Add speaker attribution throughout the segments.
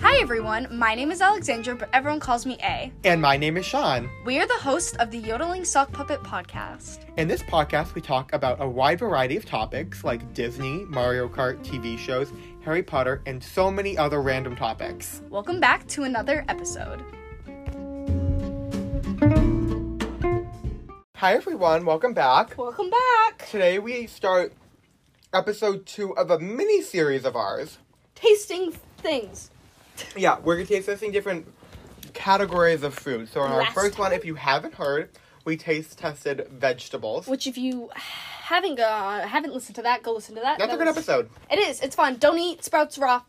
Speaker 1: Hi everyone, my name is Alexandra, but everyone calls me A.
Speaker 2: And my name is Sean.
Speaker 1: We are the hosts of the Yodeling Sock Puppet podcast.
Speaker 2: In this podcast, we talk about a wide variety of topics like Disney, Mario Kart, TV shows, Harry Potter, and so many other random topics.
Speaker 1: Welcome back to another episode.
Speaker 2: Hi, everyone. Welcome back.
Speaker 1: Welcome back.
Speaker 2: Today, we start episode two of a mini series of ours.
Speaker 1: Tasting things.
Speaker 2: Yeah, we're going to be testing different categories of food. So, in our
Speaker 1: Last
Speaker 2: first one, if you haven't heard, we taste tested vegetables.
Speaker 1: Which, if you haven't uh, haven't listened to that, go listen to that.
Speaker 2: That's a
Speaker 1: That
Speaker 2: good
Speaker 1: was-
Speaker 2: episode.
Speaker 1: It is. It's fun. Don't eat sprouts raw.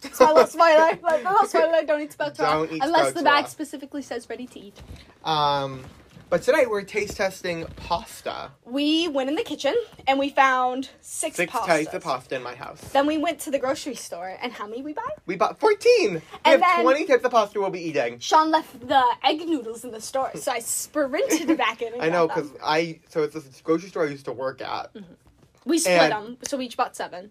Speaker 1: That's my last my life. Like, my last my life. Don't eat sprouts raw.
Speaker 2: Don't eat
Speaker 1: unless
Speaker 2: sprouts
Speaker 1: the bag
Speaker 2: raw.
Speaker 1: specifically says ready to eat.
Speaker 2: Um, but tonight, we're taste testing pasta.
Speaker 1: We went in the kitchen and we found six,
Speaker 2: Six
Speaker 1: pastas.
Speaker 2: types of pasta in my house.
Speaker 1: Then we went to the grocery store, and how many we buy?
Speaker 2: We bought 14. We
Speaker 1: And
Speaker 2: have
Speaker 1: then-
Speaker 2: 20 types of pasta we'll be eating.
Speaker 1: Sean left the egg noodles in the store, so I sprinted back in. And
Speaker 2: I know,
Speaker 1: got them.
Speaker 2: because I, so it's this grocery store I used to work at.
Speaker 1: Mm-hmm. we split
Speaker 2: and-
Speaker 1: them, so we each bought seven.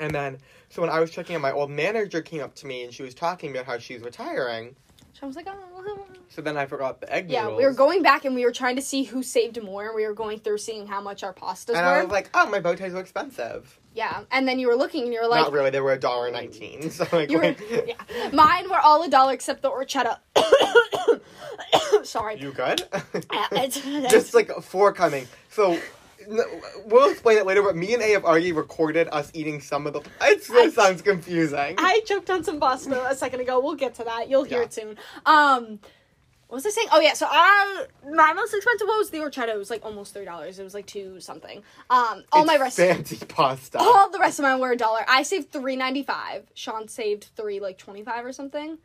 Speaker 2: And then, so when I was checking in, my old manager came up to me and she was talking about how she's retiring.
Speaker 1: Sean was like, "Oh,
Speaker 2: So then I forgot the egg
Speaker 1: yeah."
Speaker 2: noodles.
Speaker 1: We were going back and we were trying to see who saved more, and we were going through seeing how much our pastas
Speaker 2: And
Speaker 1: were.
Speaker 2: I was like, oh, my bow ties are expensive.
Speaker 1: yeah, and then you were looking, and you were like,
Speaker 2: Not really, they were a dollar nineteen. So like,
Speaker 1: "You were,
Speaker 2: wait,
Speaker 1: yeah." Mine were all a dollar except the horchata. Sorry.
Speaker 2: you good?
Speaker 1: Yeah, it's-
Speaker 2: Just like four coming. So n- we'll explain it later. But me and A have already recorded us eating some of the. It
Speaker 1: I-
Speaker 2: still sounds confusing.
Speaker 1: I choked on some pasta a second ago. We'll get to that. You'll hear
Speaker 2: Yeah.
Speaker 1: it soon. Um, what was I saying? Oh yeah. So I my most expensive one was the horchata. It was like almost three dollars. It was like two something. Um, all my
Speaker 2: It's
Speaker 1: rest, Oh,
Speaker 2: fancy pasta.
Speaker 1: all the rest of mine were a dollar. I saved three ninety five. Sean saved three like twenty five or something.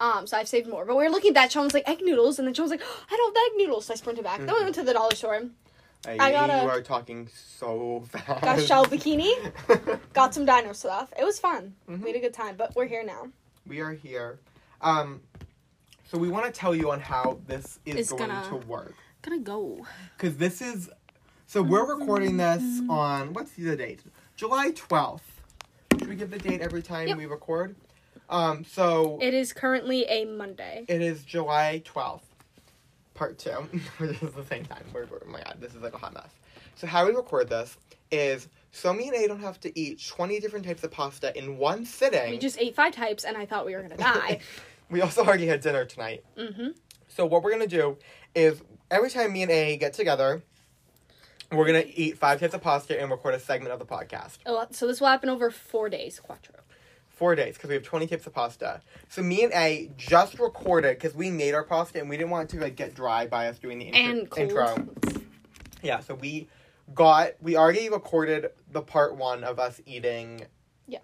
Speaker 1: Um, so I've saved more. But we were looking at that. Sean was like egg noodles, and then Sean was like, I don't have egg noodles. So I sprinted back. Then we went to the dollar store. I
Speaker 2: you
Speaker 1: gotta-
Speaker 2: are talking so fast.
Speaker 1: Got a shell bikini. Got some diner stuff. It was fun.
Speaker 2: Mm-hmm.
Speaker 1: We had a good time. But we're here now.
Speaker 2: we are here. Um, so we want to tell you on how this is
Speaker 1: It's
Speaker 2: going
Speaker 1: gonna-
Speaker 2: to work
Speaker 1: Gonna go.
Speaker 2: because this is. So
Speaker 1: Mm-hmm.
Speaker 2: we're recording this on what's the date? July twelfth. Should we give the date every time
Speaker 1: Yep.
Speaker 2: we record? Um, so
Speaker 1: It is currently a Monday.
Speaker 2: it is July twelfth, part two, which is the same time. We're, we're- oh my god, this is like a hot mess. So how we record this is so me and A don't have to eat twenty different types of pasta in one sitting.
Speaker 1: We just ate five types, and I thought we were gonna die.
Speaker 2: We also already had dinner tonight.
Speaker 1: mm-hmm.
Speaker 2: So what we're gonna do is every time me and A get together, we're gonna eat five types of pasta and record a segment of the podcast.
Speaker 1: So this will happen over four days, quattro.
Speaker 2: Four days because we have twenty types of pasta. So me and A just recorded because we made our pasta and we didn't want it to like get dry by us doing the intro.
Speaker 1: And cold.
Speaker 2: intro. Yeah. So we got we already recorded the part one of us eating.
Speaker 1: Yeah.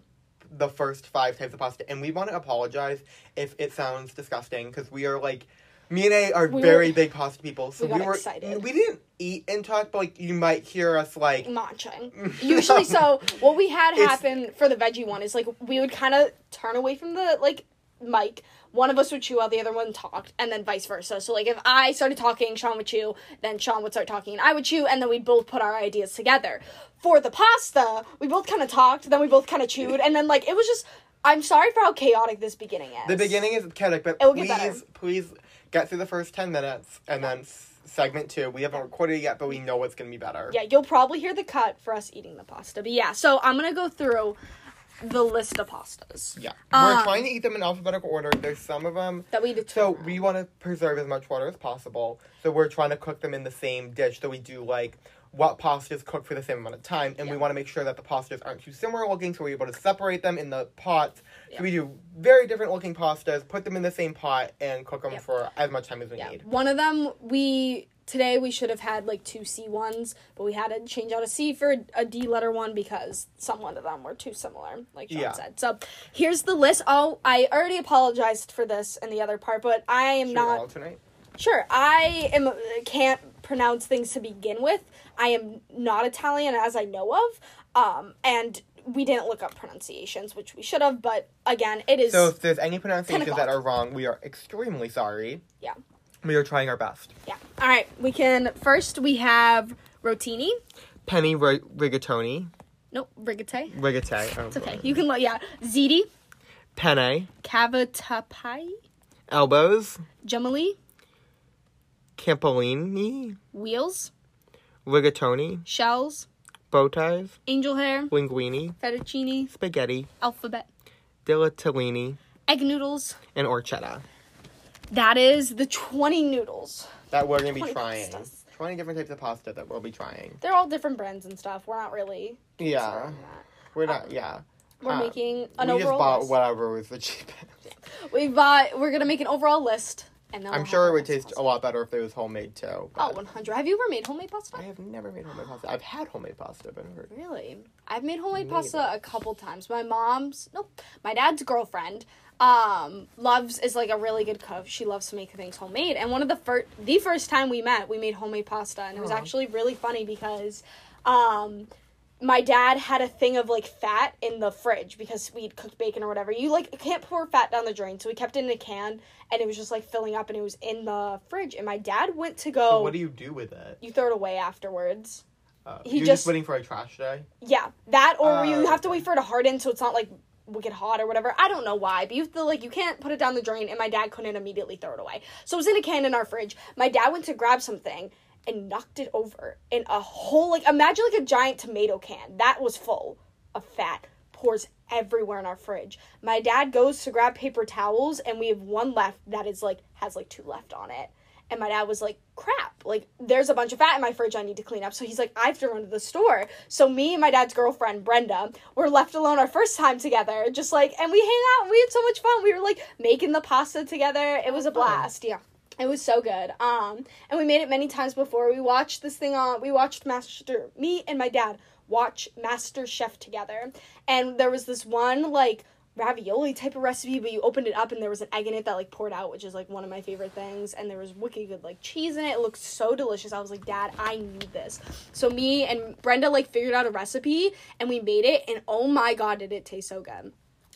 Speaker 2: The first five types of pasta, and we want to apologize if it sounds disgusting because we are like, me and A are
Speaker 1: We
Speaker 2: very
Speaker 1: were-
Speaker 2: big pasta people, so
Speaker 1: we
Speaker 2: we,
Speaker 1: got
Speaker 2: were
Speaker 1: excited.
Speaker 2: we didn't eat and talk, but like you might hear us like
Speaker 1: Matching. Usually, so what we had
Speaker 2: It's-
Speaker 1: happen for the veggie one is like we would kind of turn away from the like mic. One of us would chew while the other one talked, and then vice versa. So like if I started talking, Sean would chew, then Sean would start talking, and I would chew, and then we'd both put our ideas together. For the pasta, we both kind of talked, then we both kind of chewed, and then like it was just. I'm sorry for how chaotic this beginning is.
Speaker 2: the beginning is chaotic, but
Speaker 1: It will get
Speaker 2: please,
Speaker 1: better.
Speaker 2: please get through the first ten minutes, and then s- segment two. We haven't recorded it yet, but we know it's gonna be better.
Speaker 1: Yeah, you'll probably hear the cut for us eating the pasta. But yeah, so I'm gonna go through the list of pastas
Speaker 2: Yeah.
Speaker 1: Um,
Speaker 2: We're trying to eat them in alphabetical order. There's some of them.
Speaker 1: that we did.
Speaker 2: So we want to preserve as much water as possible. So we're trying to cook them in the same dish. So we do like what pastas cook for the same amount of time, and we
Speaker 1: Yeah.
Speaker 2: want to make sure that the pastas aren't too similar looking. So we're able to separate them in the pots.
Speaker 1: Yeah.
Speaker 2: So we do very different looking pastas, put them in the same pot, and cook them
Speaker 1: Yep.
Speaker 2: for as much time as we
Speaker 1: yeah,
Speaker 2: need.
Speaker 1: one of them we today we should have had like two C ones, but we had to change out a C for a D letter one because some one of them were too similar, like John
Speaker 2: Yeah.
Speaker 1: said. So here's the list. Oh, I already apologized for this and the other part, but I am
Speaker 2: Should we
Speaker 1: not
Speaker 2: alternate?
Speaker 1: Sure, I am can't pronounce things to begin with. I am not Italian as I know of, um, and we didn't look up pronunciations, which we should have. But again, it is
Speaker 2: So if there's any pronunciations
Speaker 1: o'clock.
Speaker 2: that are wrong, we are extremely sorry.
Speaker 1: Yeah.
Speaker 2: We are trying our best.
Speaker 1: yeah. All right, we can first we have rotini.
Speaker 2: Penny ri- rigatoni,
Speaker 1: Nope, rigate.
Speaker 2: rigate. Oh,
Speaker 1: It's okay. You can look. Yeah, ziti,
Speaker 2: penne,
Speaker 1: Cavatapai,
Speaker 2: elbows,
Speaker 1: Gemali,
Speaker 2: campolini,
Speaker 1: wheels,
Speaker 2: rigatoni,
Speaker 1: shells,
Speaker 2: bow ties,
Speaker 1: angel hair,
Speaker 2: linguine,
Speaker 1: fettuccine,
Speaker 2: spaghetti,
Speaker 1: alphabet,
Speaker 2: dilatellini,
Speaker 1: egg noodles.
Speaker 2: and orchetta.
Speaker 1: That is the 20 noodles.
Speaker 2: That we're gonna be
Speaker 1: 20
Speaker 2: trying.
Speaker 1: pastas.
Speaker 2: Twenty different types of pasta that we'll be trying.
Speaker 1: They're all different brands and stuff. We're not really.
Speaker 2: Yeah, we're not. Yeah,
Speaker 1: We're
Speaker 2: Um,
Speaker 1: making an
Speaker 2: we just
Speaker 1: overall
Speaker 2: bought
Speaker 1: list.
Speaker 2: whatever was the cheapest.
Speaker 1: We bought. We're gonna make an overall list, and then
Speaker 2: I'm
Speaker 1: we'll
Speaker 2: sure
Speaker 1: have
Speaker 2: it would
Speaker 1: the best
Speaker 2: taste a
Speaker 1: pasta.
Speaker 2: lot better if it was homemade too.
Speaker 1: Oh,
Speaker 2: but
Speaker 1: 100. Have you ever made homemade pasta?
Speaker 2: I have never made homemade pasta. I've had homemade pasta, but never.
Speaker 1: Really? I've made homemade
Speaker 2: Me
Speaker 1: pasta a couple times. My mom's nope. My dad's girlfriend um loves is like a really good cook. She loves to make things homemade. And one of the first the first time we met, we made homemade pasta and it was
Speaker 2: Aw.
Speaker 1: actually really funny because um my dad had a thing of like fat in the fridge because we'd cooked bacon or whatever. You like can't pour fat down the drain, so we kept it in a can and it was just like filling up and it was in the fridge. And my dad went to go
Speaker 2: So what do you do with it?
Speaker 1: you throw it away afterwards.
Speaker 2: Uh,
Speaker 1: He
Speaker 2: you're
Speaker 1: just-
Speaker 2: just waiting for a trash day.
Speaker 1: Yeah, that or
Speaker 2: Oh,
Speaker 1: you have to
Speaker 2: okay.
Speaker 1: wait for it to harden so it's not like wicked hot or whatever. I don't know why, but you have to like you can't put it down the drain. And my dad couldn't immediately throw it away, so it was in a can in our fridge. My dad went to grab something and knocked it over in a whole like imagine like a giant tomato can that was full of fat pours everywhere in our fridge. My dad goes to grab paper towels and we have one left that is like has like two left on it. And my dad was like, crap, like there's a bunch of fat in my fridge I need to clean up. So he's like, I have to run to the store. So me and my dad's girlfriend, Brenda, were left alone our first time together, just like, and we hang out. We had so much fun. We were like making the pasta together. It was a blast. Yeah. It was so good. Um, and we made it many times before. We watched this thing on. We watched Master. Me and my dad watch Master Chef together, and there was this one like ravioli type of recipe, but you opened it up and there was an egg in it that like poured out, which is like one of my favorite things. And there was wicked good like cheese in it. It looked so delicious. I was like, Dad, I need this. So me and Brenda like figured out a recipe and we made it, and oh my god, did it taste so good.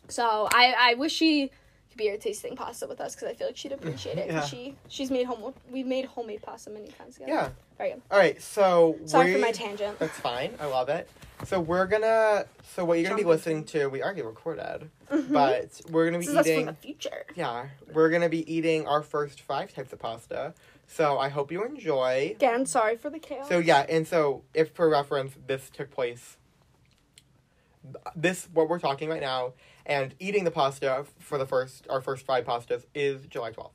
Speaker 1: So I I wish she could be here tasting pasta with us because I feel like she'd appreciate it. 'cause
Speaker 2: Yeah.
Speaker 1: She she's made home we've made homemade pasta many times together.
Speaker 2: Yeah.
Speaker 1: Very good.
Speaker 2: All right. So
Speaker 1: Sorry for
Speaker 2: we-
Speaker 1: my tangent.
Speaker 2: That's fine. I love it. So we're gonna. So what you're gonna be listening to? We already recorded, but we're gonna
Speaker 1: Mm-hmm.
Speaker 2: be
Speaker 1: This is us from
Speaker 2: eating.
Speaker 1: the future.
Speaker 2: Yeah, we're gonna be eating our first five types of pasta. So I hope you enjoy.
Speaker 1: Again, sorry for the chaos.
Speaker 2: So yeah, and so if for reference, this took place. This what we're talking right now, and eating the pasta for the first our first five pastas is July twelfth.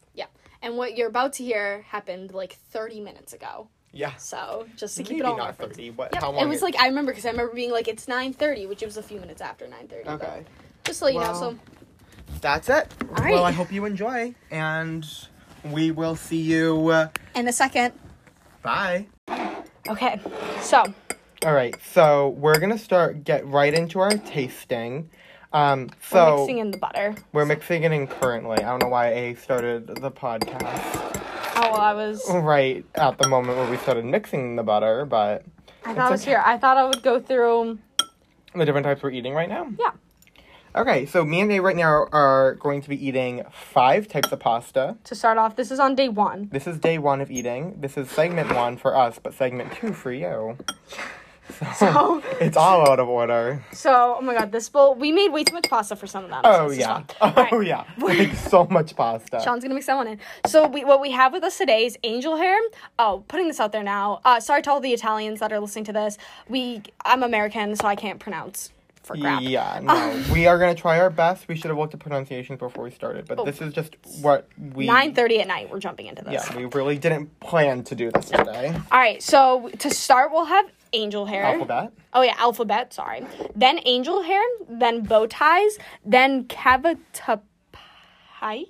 Speaker 1: and what you're about to hear happened like 30 minutes ago.
Speaker 2: Yeah,
Speaker 1: So just to keep
Speaker 2: maybe
Speaker 1: it all in
Speaker 2: not
Speaker 1: reference.
Speaker 2: thirty. What?
Speaker 1: Yep,
Speaker 2: how long?
Speaker 1: it was like I remember because I remember being like it's 9:30, which it was a few minutes after 9:30. but
Speaker 2: Okay,
Speaker 1: Just so you know.
Speaker 2: Wow.
Speaker 1: So
Speaker 2: that's it.
Speaker 1: right.
Speaker 2: Well, I hope you enjoy, and we will see you. Uh,
Speaker 1: in a second.
Speaker 2: bye.
Speaker 1: Okay. So
Speaker 2: All right, so we're gonna start get right into our tasting. Um, so
Speaker 1: we're mixing in the butter.
Speaker 2: We're mixing it in currently. I don't know why I started the podcast
Speaker 1: Oh, well, I was.
Speaker 2: right at the moment where we started mixing the butter, but
Speaker 1: I thought
Speaker 2: It's
Speaker 1: I was
Speaker 2: okay.
Speaker 1: here. I thought I would go through.
Speaker 2: the different types we're eating right now.
Speaker 1: Yeah.
Speaker 2: Okay, so me and Dave right now are going to be eating five types of pasta.
Speaker 1: To start off, this is on day one.
Speaker 2: This is day one of eating. This is segment one for us, but segment two for you. So,
Speaker 1: So-
Speaker 2: it's all out of order.
Speaker 1: So, oh my god, this bowl. We made way too much pasta for some of them. so
Speaker 2: Oh
Speaker 1: this is
Speaker 2: yeah.
Speaker 1: fun.
Speaker 2: Oh
Speaker 1: Alright.
Speaker 2: yeah. Like so much pasta.
Speaker 1: Sean's gonna mix that one in. So we, what we have with us today is angel hair. Oh, putting this out there now. Uh, sorry to all the Italians that are listening to this. We, I'm American, so I can't pronounce for crap.
Speaker 2: Yeah, no. we are gonna try our best. We should have looked at pronunciations before we started, but this is just what we.
Speaker 1: Oh. Nine thirty at night, we're jumping into this.
Speaker 2: Yeah, we really didn't plan to do this today.
Speaker 1: All right. So to start, we'll have angel hair.
Speaker 2: Alphabet.
Speaker 1: Oh yeah, alphabet. Sorry. Then angel hair. Then bow ties. Then cavatapai.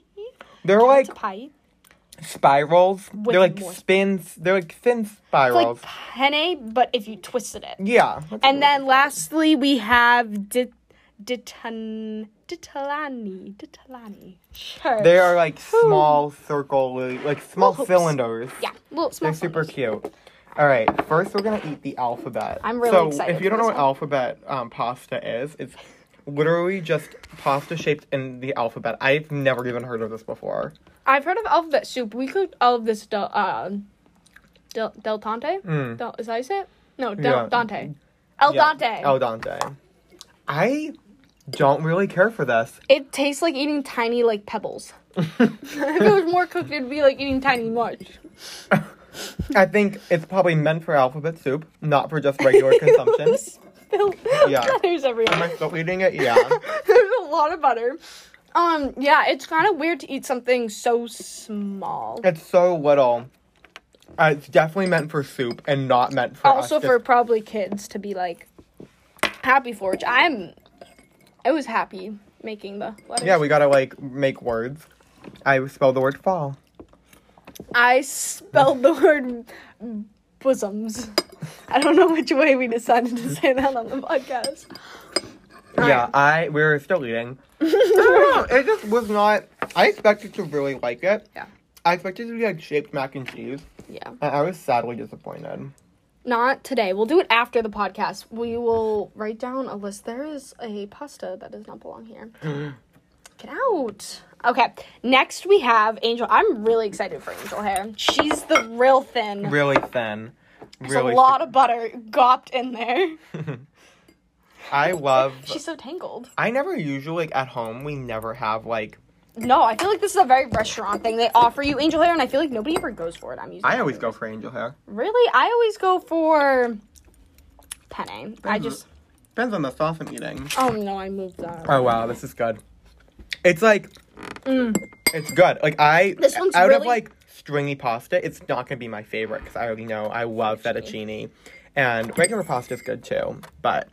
Speaker 2: They're like
Speaker 1: Cavatapai.
Speaker 2: spirals.
Speaker 1: With
Speaker 2: they're like
Speaker 1: more-
Speaker 2: spins. They're like thin
Speaker 1: Like
Speaker 2: spirals.
Speaker 1: penne, but if you twisted it.
Speaker 2: yeah. that's
Speaker 1: And
Speaker 2: what-
Speaker 1: then lastly, we have Dit- Ditan- Ditalani. Ditalani. Sure.
Speaker 2: they are like small circle, like small
Speaker 1: Little hoops.
Speaker 2: cylinders.
Speaker 1: yeah, little small.
Speaker 2: They're super
Speaker 1: fingers.
Speaker 2: cute. All right, first we're gonna eat the alphabet.
Speaker 1: I'm really
Speaker 2: so
Speaker 1: excited
Speaker 2: if you
Speaker 1: for
Speaker 2: don't know
Speaker 1: this
Speaker 2: what alphabet um, pasta is, it's literally just pasta shaped in the alphabet. I've never even heard of this before.
Speaker 1: I've heard of alphabet soup. We cooked all of this del um del, del Tante. Del, is that how you say it? No, del
Speaker 2: Mm. Yeah.
Speaker 1: Dante. El
Speaker 2: Yeah,
Speaker 1: Dante.
Speaker 2: El Dante. I don't really care for this.
Speaker 1: It tastes like eating tiny like pebbles. if it was more cooked, it'd be like eating tiny mush.
Speaker 2: I think it's probably meant for alphabet soup, not for just regular consumption.
Speaker 1: Spill
Speaker 2: Yeah.
Speaker 1: there's
Speaker 2: Am I
Speaker 1: everywhere.
Speaker 2: still eating it? Yeah.
Speaker 1: There's a lot of butter. Um, yeah, it's kind of weird to eat something so small.
Speaker 2: It's so little. Uh, it's definitely meant for soup and not meant for
Speaker 1: Also
Speaker 2: us to-
Speaker 1: for probably kids to be like happy for, which I'm. I was happy making the letters.
Speaker 2: Yeah, we gotta like make words. I spelled the word fall.
Speaker 1: I spelled the word bosoms. I don't know which way we decided to say that on the podcast.
Speaker 2: Yeah, I we were still eating. I don't know, it just was not. I expected to really like it.
Speaker 1: Yeah.
Speaker 2: I expected it to be like shaped mac and cheese,
Speaker 1: Yeah.
Speaker 2: and I was sadly disappointed.
Speaker 1: Not today. We'll do it after the podcast. We will write down a list. There is a pasta that does not belong here. Get out. Okay. Next we have Angel. I'm really excited for Angel Hair. She's the real thin.
Speaker 2: Really thin.
Speaker 1: There's
Speaker 2: really
Speaker 1: a lot of butter gopped in there.
Speaker 2: thin. I love.
Speaker 1: She's so tangled.
Speaker 2: I never usually like at home. We never have like.
Speaker 1: No, I feel like this is a very restaurant thing. They offer you angel hair, and I feel like nobody ever goes for it. I'm using.
Speaker 2: I always go for angel hair.
Speaker 1: Really, I always go for penne.
Speaker 2: Mm-hmm.
Speaker 1: I just.
Speaker 2: Depends on the sauce I'm eating.
Speaker 1: Oh no, I moved on.
Speaker 2: Oh wow, this is good. It's like, it's good. Like I,
Speaker 1: Mm. This one's
Speaker 2: out of
Speaker 1: really-
Speaker 2: like stringy pasta, it's not gonna be my favorite because I already know I love fettuccine, and regular pasta is good too. But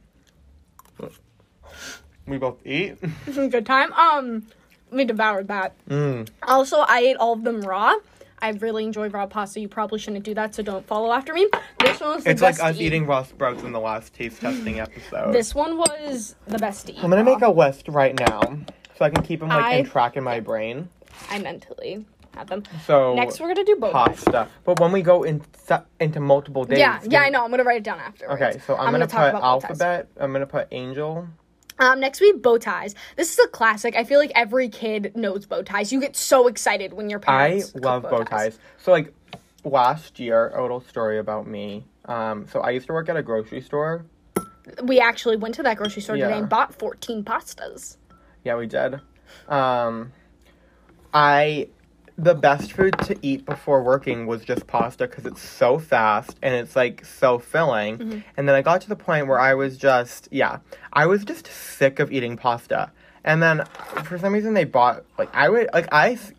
Speaker 2: we both eat.
Speaker 1: Good time. Um, we devoured that.
Speaker 2: Mm.
Speaker 1: Also, I ate all of them raw. I really enjoy raw pasta. You probably shouldn't do that, so don't follow after me. This one was the
Speaker 2: It's like
Speaker 1: best
Speaker 2: us
Speaker 1: to eat.
Speaker 2: eating raw sprouts in the last taste testing episode.
Speaker 1: This one was the best to eat.
Speaker 2: I'm gonna make
Speaker 1: raw.
Speaker 2: a list right now so I can keep them like in
Speaker 1: I-
Speaker 2: track in my brain.
Speaker 1: I mentally had them.
Speaker 2: So
Speaker 1: Next, we're gonna do both.
Speaker 2: pasta, but when we go in, into multiple days,
Speaker 1: Yeah, yeah,
Speaker 2: can-
Speaker 1: I know. I'm gonna write it down afterwards.
Speaker 2: Okay, so I'm, gonna, put alphabet. I'm gonna put angel.
Speaker 1: Um, next we have bow ties. This is a classic. I feel like every kid knows bow ties. You get so excited when your
Speaker 2: I
Speaker 1: parents. cook
Speaker 2: love bow ties. So like last year, a little story about me. Um, so I used to work at a grocery store.
Speaker 1: We actually went to that grocery store
Speaker 2: Yeah.
Speaker 1: today and bought 14 pastas.
Speaker 2: Yeah, we did. Um, I the best food to eat before working was just pasta because it's so fast and it's like so filling.
Speaker 1: Mm-hmm.
Speaker 2: And then I got to the point where I was just yeah, I was just sick of eating pasta. And then for some reason they bought like I would like I s-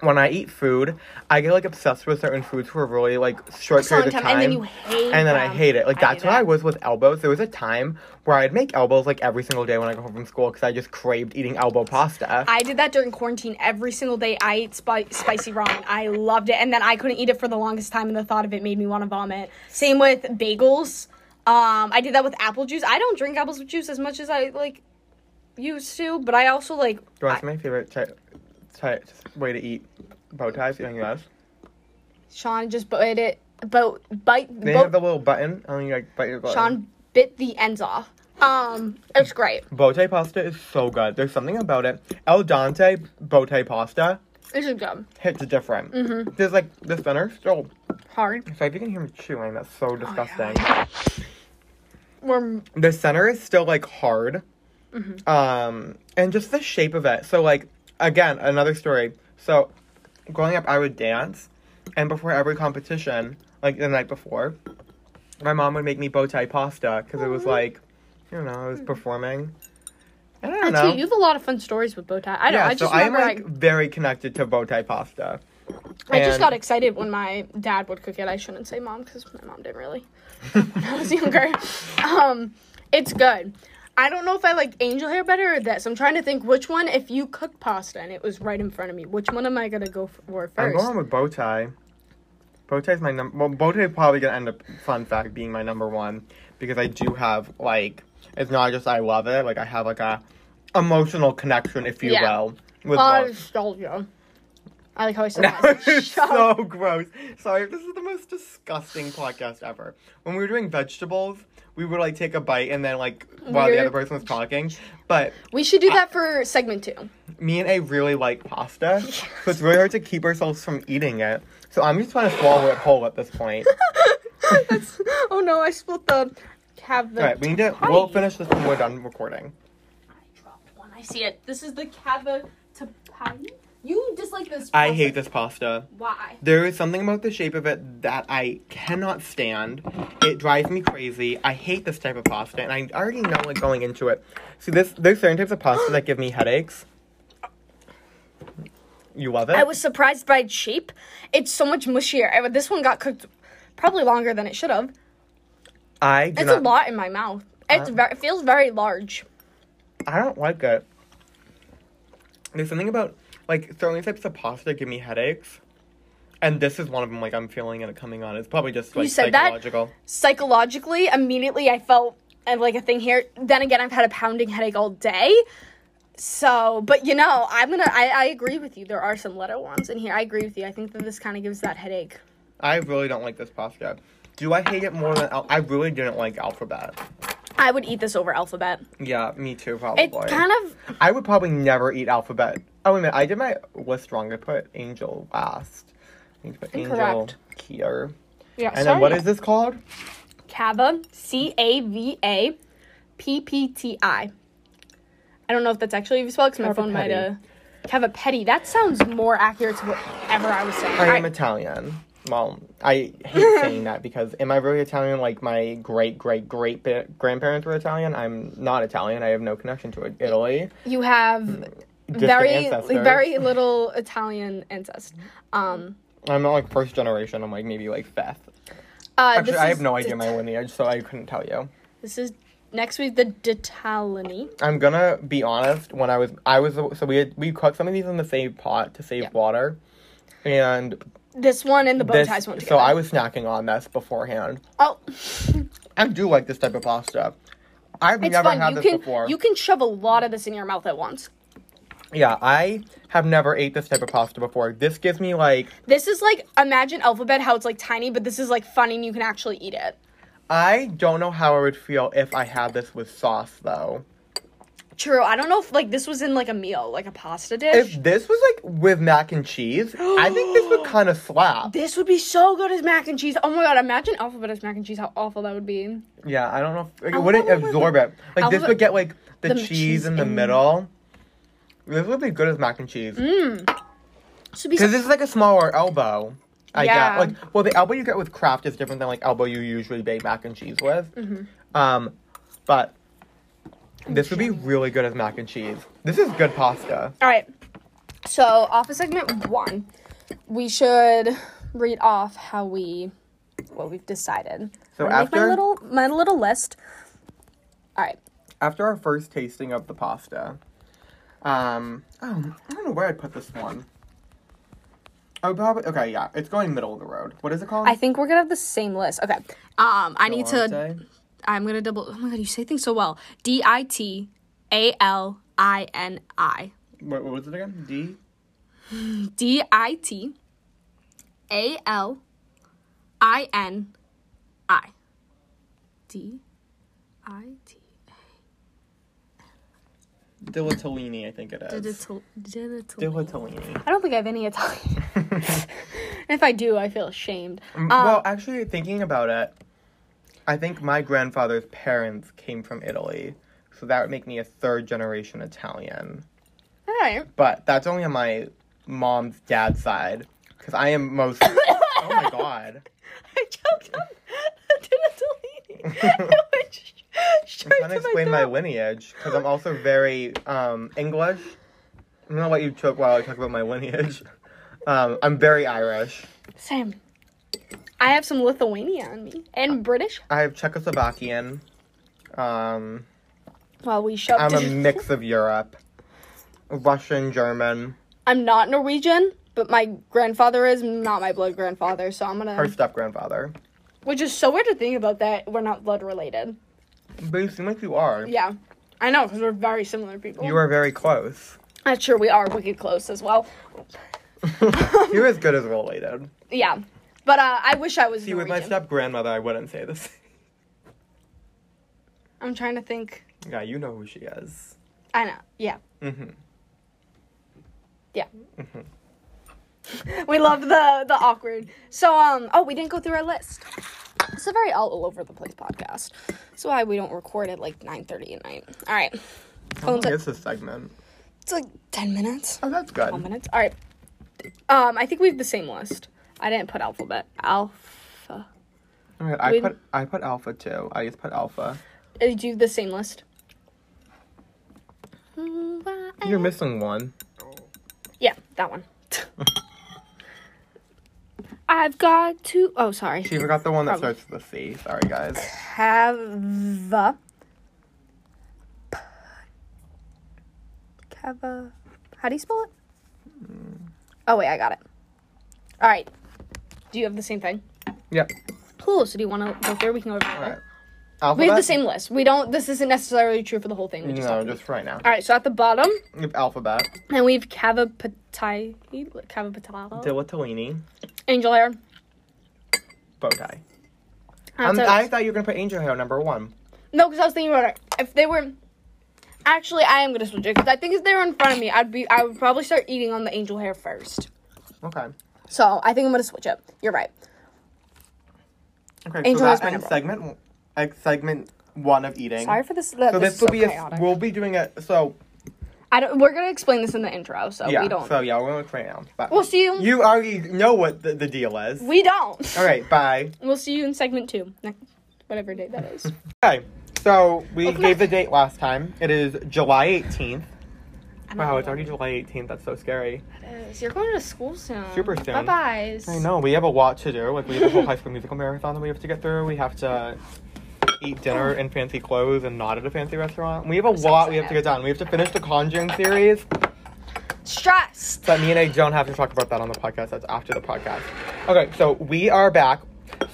Speaker 2: when I eat food, I get like obsessed with certain foods for a really like short
Speaker 1: Just a long
Speaker 2: period
Speaker 1: time,
Speaker 2: of time,
Speaker 1: and then you hate
Speaker 2: and then I
Speaker 1: them.
Speaker 2: hate it. Like
Speaker 1: I
Speaker 2: that's
Speaker 1: do
Speaker 2: what I
Speaker 1: that.
Speaker 2: was with elbows. There was a time where I'd make elbows like every single day when I got home from school because I just craved eating elbow pasta.
Speaker 1: I did that during quarantine every single day. I ate spi- spicy ramen. I loved it, and then I couldn't eat it for the longest time, and the thought of it made me want to vomit. Same with bagels. Um, I did that with apple juice. I don't drink apples with juice as much as I like used to, but I also like.
Speaker 2: Do you want to see my favorite ty- ty- way to eat bow ties? You know, you ask.
Speaker 1: Sean just bit it, bo- bite,
Speaker 2: They
Speaker 1: bo-
Speaker 2: have the little button, and you like bite your button.
Speaker 1: Sean bit the ends off. Um, it's great.
Speaker 2: Bow tie pasta is so good. There's something about it. El Dante bow tie pasta
Speaker 1: This is good.
Speaker 2: hits different.
Speaker 1: Mm-hmm.
Speaker 2: There's like the center still.
Speaker 1: Hard.
Speaker 2: So if you can hear me chewing, that's
Speaker 1: Oh,
Speaker 2: so disgusting.
Speaker 1: We're
Speaker 2: the center is still like hard
Speaker 1: Mm-hmm.
Speaker 2: um and just the shape of it so like again another story so growing up i would dance and before every competition like the night before my mom would make me bow tie pasta because it was like you know i was performing i don't
Speaker 1: That's
Speaker 2: know
Speaker 1: Hmm. you. You have a lot of fun stories with bow tie. I don't.
Speaker 2: yeah
Speaker 1: I
Speaker 2: so
Speaker 1: just
Speaker 2: i'm
Speaker 1: remember
Speaker 2: like very connected to bow tie pasta
Speaker 1: I, I just
Speaker 2: and-
Speaker 1: got excited when my dad would cook it. I shouldn't say mom because my mom didn't really when I was younger. Um, it's good. I don't know if I like angel hair better or this. I'm trying to think which one. If you cooked pasta and it was right in front of me, which one am I gonna go for
Speaker 2: i'm
Speaker 1: first?
Speaker 2: going with bow tie bow tie's my number well bow tie probably gonna end up fun fact being my number one because i do have like it's not just i love it like i have like a emotional connection if you
Speaker 1: Yeah.
Speaker 2: will with
Speaker 1: Uh,
Speaker 2: both.
Speaker 1: nostalgia. I like how I said
Speaker 2: That
Speaker 1: that.
Speaker 2: was
Speaker 1: Shut up.
Speaker 2: so gross. Sorry, this is the most disgusting podcast ever. When we were doing vegetables, we would like take a bite and then like while the
Speaker 1: We're-
Speaker 2: other person was talking. But
Speaker 1: We should do that for segment two.
Speaker 2: me and A really like pasta, so it's really hard to keep ourselves from eating it. So I'm just trying to swallow it whole at this point.
Speaker 1: That's, oh no, I split the have the
Speaker 2: All right, we need to. We'll finish this when we're done recording.
Speaker 1: I see it. This is the cavatapani. You dislike this.
Speaker 2: I
Speaker 1: pasta.
Speaker 2: hate this pasta.
Speaker 1: Why?
Speaker 2: There is something about the shape of it that I cannot stand. It drives me crazy. I hate this type of pasta, and I already know it going into it. See, this there's certain types of pasta that give me headaches. You love it.
Speaker 1: I was surprised by its shape. It's so much mushier. I, this one got cooked probably longer than it should have.
Speaker 2: I do
Speaker 1: It's
Speaker 2: not, Uh-huh.
Speaker 1: a lot in my mouth. It's ver- it feels very large.
Speaker 2: I don't like it. There's something about like certain types of pasta give me headaches, and this is one of them. Like I'm feeling it coming on. It's probably just like
Speaker 1: said that?
Speaker 2: psychological.
Speaker 1: Psychologically, immediately I felt uh, like a thing here. Then again, I've had a pounding headache all day. So, but you know, I'm gonna. I, I agree with you. There are some letter ones in here. I agree with you. I think that this kind of gives that headache.
Speaker 2: I really don't like this pasta. Do I hate it more than al- I really didn't like alphabet?
Speaker 1: I would eat this over alphabet.
Speaker 2: Yeah, me too, probably.
Speaker 1: It's kind of
Speaker 2: I would probably never eat alphabet. Oh, wait a minute. I did my list wrong. I put angel last. I need to put angel
Speaker 1: Incorrect.
Speaker 2: here.
Speaker 1: yeah.
Speaker 2: And then what is this called?
Speaker 1: Cava, C A V A P P T I. I don't know if that's actually how you spell it 'cause my phone might
Speaker 2: Cavapetti.
Speaker 1: have. Cavapetti. That sounds more accurate to whatever I was saying.
Speaker 2: I am
Speaker 1: Alright.
Speaker 2: Italian. Well, I hate saying that because am I really Italian? Like my great great great ba- grandparents were Italian. I'm not Italian. I have no connection to it. Italy.
Speaker 1: you have
Speaker 2: Mm, an
Speaker 1: very,
Speaker 2: ancestor.
Speaker 1: very little Italian ancestors. Um,
Speaker 2: I'm not like first generation. I'm like maybe like fifth.
Speaker 1: uh,
Speaker 2: Actually,
Speaker 1: this
Speaker 2: I have
Speaker 1: is
Speaker 2: no idea
Speaker 1: Det-
Speaker 2: my lineage, so I couldn't tell you.
Speaker 1: This is next week the Ditalini.
Speaker 2: I'm gonna be honest. When I was, I was so we had, we cooked some of these in the same pot to save
Speaker 1: Yeah.
Speaker 2: water, and
Speaker 1: This one and the bow
Speaker 2: this.
Speaker 1: ties one together.
Speaker 2: So I was snacking on this beforehand.
Speaker 1: Oh,
Speaker 2: I do like this type of pasta. I've
Speaker 1: it's
Speaker 2: never
Speaker 1: fun.
Speaker 2: had
Speaker 1: You
Speaker 2: this
Speaker 1: can
Speaker 2: before.
Speaker 1: you can shove a lot of this in your mouth at once.
Speaker 2: Yeah, I have never ate this type of pasta before. This gives me like
Speaker 1: This is like imagine alphabet how it's like tiny, but this is like fun and you can actually eat it.
Speaker 2: I don't know how I would feel if I had this with sauce though.
Speaker 1: True. I don't know if like this was in like a meal, like a pasta dish.
Speaker 2: If this was like with mac and cheese, I think this would kind of slap.
Speaker 1: this would be so good as mac and cheese. Oh my god! Imagine alphabet as mac and cheese. How awful that would be.
Speaker 2: Yeah, I don't know. If, like, it
Speaker 1: I'll
Speaker 2: wouldn't
Speaker 1: probably-
Speaker 2: absorb it. Like
Speaker 1: I'll
Speaker 2: this
Speaker 1: put
Speaker 2: would get like the,
Speaker 1: the
Speaker 2: cheese,
Speaker 1: cheese
Speaker 2: in the
Speaker 1: in.
Speaker 2: middle. This would be good as mac and cheese
Speaker 1: Mm.
Speaker 2: because
Speaker 1: This would be. So-
Speaker 2: this is like a smaller elbow. I
Speaker 1: Yeah.
Speaker 2: yeah. Like, well, the elbow you get with Kraft is different than like elbow you usually bake mac and cheese with.
Speaker 1: Mm-hmm.
Speaker 2: Um, but this would be really good as mac and cheese. This is good pasta.
Speaker 1: All right. So off of segment one, we should read off how we what we've decided.
Speaker 2: So
Speaker 1: I'm gonna make my
Speaker 2: after-
Speaker 1: little my little list. All right.
Speaker 2: After our first tasting of the pasta, um, oh, I don't know where I'd put this one. Oh, probably okay. Yeah, it's going middle of the road. What is it called?
Speaker 1: I think we're gonna have the same list. Okay. Um, I need to.
Speaker 2: Volante?
Speaker 1: I'm gonna double. Oh my god, you say things so well. D I T A L I N I.
Speaker 2: What, what was it again? D.
Speaker 1: D I T A L I N I. D I T.
Speaker 2: Dilatellini, I think it is.
Speaker 1: Digital. Digital.
Speaker 2: Dilatellini.
Speaker 1: I don't think I have any Italian. if I do, I feel ashamed. Um,
Speaker 2: Mm, well, actually, thinking about it, I think my grandfather's parents came from Italy, so that would make me a third generation Italian.
Speaker 1: all right.
Speaker 2: But that's only on my mom's dad's side, because I am most. oh my god!
Speaker 1: I choked on Digitalini. It went sh- straight
Speaker 2: I'm trying to
Speaker 1: to my
Speaker 2: explain my
Speaker 1: throat.
Speaker 2: lineage, because I'm also very um, English. I'm gonna let you choke while I talk about my lineage. Um, I'm very Irish.
Speaker 1: Same. I have some Lithuania on me
Speaker 2: Uh,
Speaker 1: and British.
Speaker 2: I have Czechoslovakian. Um,
Speaker 1: Well, we shoved.
Speaker 2: I'm a mix of Europe, Russian, German.
Speaker 1: I'm not Norwegian, but my grandfather is not my blood grandfather, so I'm
Speaker 2: Her
Speaker 1: gonna.
Speaker 2: step grandfather,
Speaker 1: Which is so weird to think about that we're not blood related.
Speaker 2: but you seem like you are.
Speaker 1: Yeah, I know because we're very similar people.
Speaker 2: You are very close.
Speaker 1: That's true. We are wicked close as well.
Speaker 2: You're as good as related.
Speaker 1: Yeah, but uh, I wish I was
Speaker 2: See, with
Speaker 1: Norwegian.
Speaker 2: my step grandmother, I wouldn't say this.
Speaker 1: I'm trying to think.
Speaker 2: yeah, you know who she is.
Speaker 1: I know. Yeah.
Speaker 2: hmm
Speaker 1: Yeah. we love the the awkward. So um oh we didn't go through our list. It's a very all over the place podcast. That's why we don't record at like nine thirty at night. All right.
Speaker 2: How
Speaker 1: Colin's
Speaker 2: long
Speaker 1: like,
Speaker 2: is this segment?
Speaker 1: it's like 10 minutes.
Speaker 2: Oh, that's good.
Speaker 1: 12 minutes. All right. Um, I think we have the same list. I didn't put alphabet. Alpha. Uh,
Speaker 2: All right, I
Speaker 1: We-
Speaker 2: put I put alpha too. I just put alpha.
Speaker 1: Uh, Do you have the same list?
Speaker 2: You're missing one.
Speaker 1: Yeah, that one. I've got to. Oh, sorry.
Speaker 2: She forgot the one that
Speaker 1: Probably.
Speaker 2: starts with a C. Sorry, guys.
Speaker 1: Have the. Cava. How do you spell it?
Speaker 2: Mm.
Speaker 1: Oh wait, I got it. All right. Do you have the same thing?
Speaker 2: Yep.
Speaker 1: Cool. So do you want to go through? We can go over.
Speaker 2: All
Speaker 1: Right.
Speaker 2: right.
Speaker 1: We have the
Speaker 2: Alphabet?
Speaker 1: same list. We don't. This isn't necessarily true for the whole thing. We just
Speaker 2: No,
Speaker 1: talked-
Speaker 2: just right now.
Speaker 1: All right. So at the bottom,
Speaker 2: You have alphabet.
Speaker 1: then we have Cava Patai. Cava Patalo.
Speaker 2: Dilatellini.
Speaker 1: Angel hair.
Speaker 2: Bow tie.
Speaker 1: That's
Speaker 2: Um,
Speaker 1: it.
Speaker 2: I thought you were gonna put angel hair number one.
Speaker 1: No, because I was thinking about it. If they were, actually, I am gonna switch it because I think if they were in front of me, I'd be, I would probably start eating on the angel hair first.
Speaker 2: Okay.
Speaker 1: So I think I'm gonna switch it. You're right.
Speaker 2: Okay.
Speaker 1: Angel
Speaker 2: so
Speaker 1: hair's
Speaker 2: that
Speaker 1: my number
Speaker 2: ends
Speaker 1: one.
Speaker 2: segment w- like segment one of eating.
Speaker 1: Sorry for this. That,
Speaker 2: so
Speaker 1: this,
Speaker 2: this,
Speaker 1: is
Speaker 2: will
Speaker 1: so
Speaker 2: be
Speaker 1: chaotic.
Speaker 2: a we'll be doing it. So
Speaker 1: I don't. We're gonna explain this in the intro, so
Speaker 2: yeah.
Speaker 1: Oh, we don't.
Speaker 2: So yeah, we're gonna explain it now. But
Speaker 1: We'll see you.
Speaker 2: You already know what the, the deal is.
Speaker 1: we don't.
Speaker 2: All right. Bye.
Speaker 1: We'll see you in segment two, next, whatever day that is.
Speaker 2: Okay. So we
Speaker 1: Open
Speaker 2: gave
Speaker 1: up.
Speaker 2: the date last time. It is July 18th.
Speaker 1: I don't
Speaker 2: Wow,
Speaker 1: know
Speaker 2: it's
Speaker 1: what
Speaker 2: already July 18th. That's so scary.
Speaker 1: that is. You're going to school soon.
Speaker 2: Super soon.
Speaker 1: Bye byes.
Speaker 2: I know we have a lot to do. Like we have a whole High School Musical marathon that we have to get through. We have to eat dinner in fancy clothes and not at a fancy restaurant. We have a
Speaker 1: so
Speaker 2: lot we have to
Speaker 1: excited.
Speaker 2: get done. We have to finish the Conjuring series,
Speaker 1: Stressed.
Speaker 2: but me and I don't have to talk about that on the podcast. That's after the podcast. Okay, so we are back.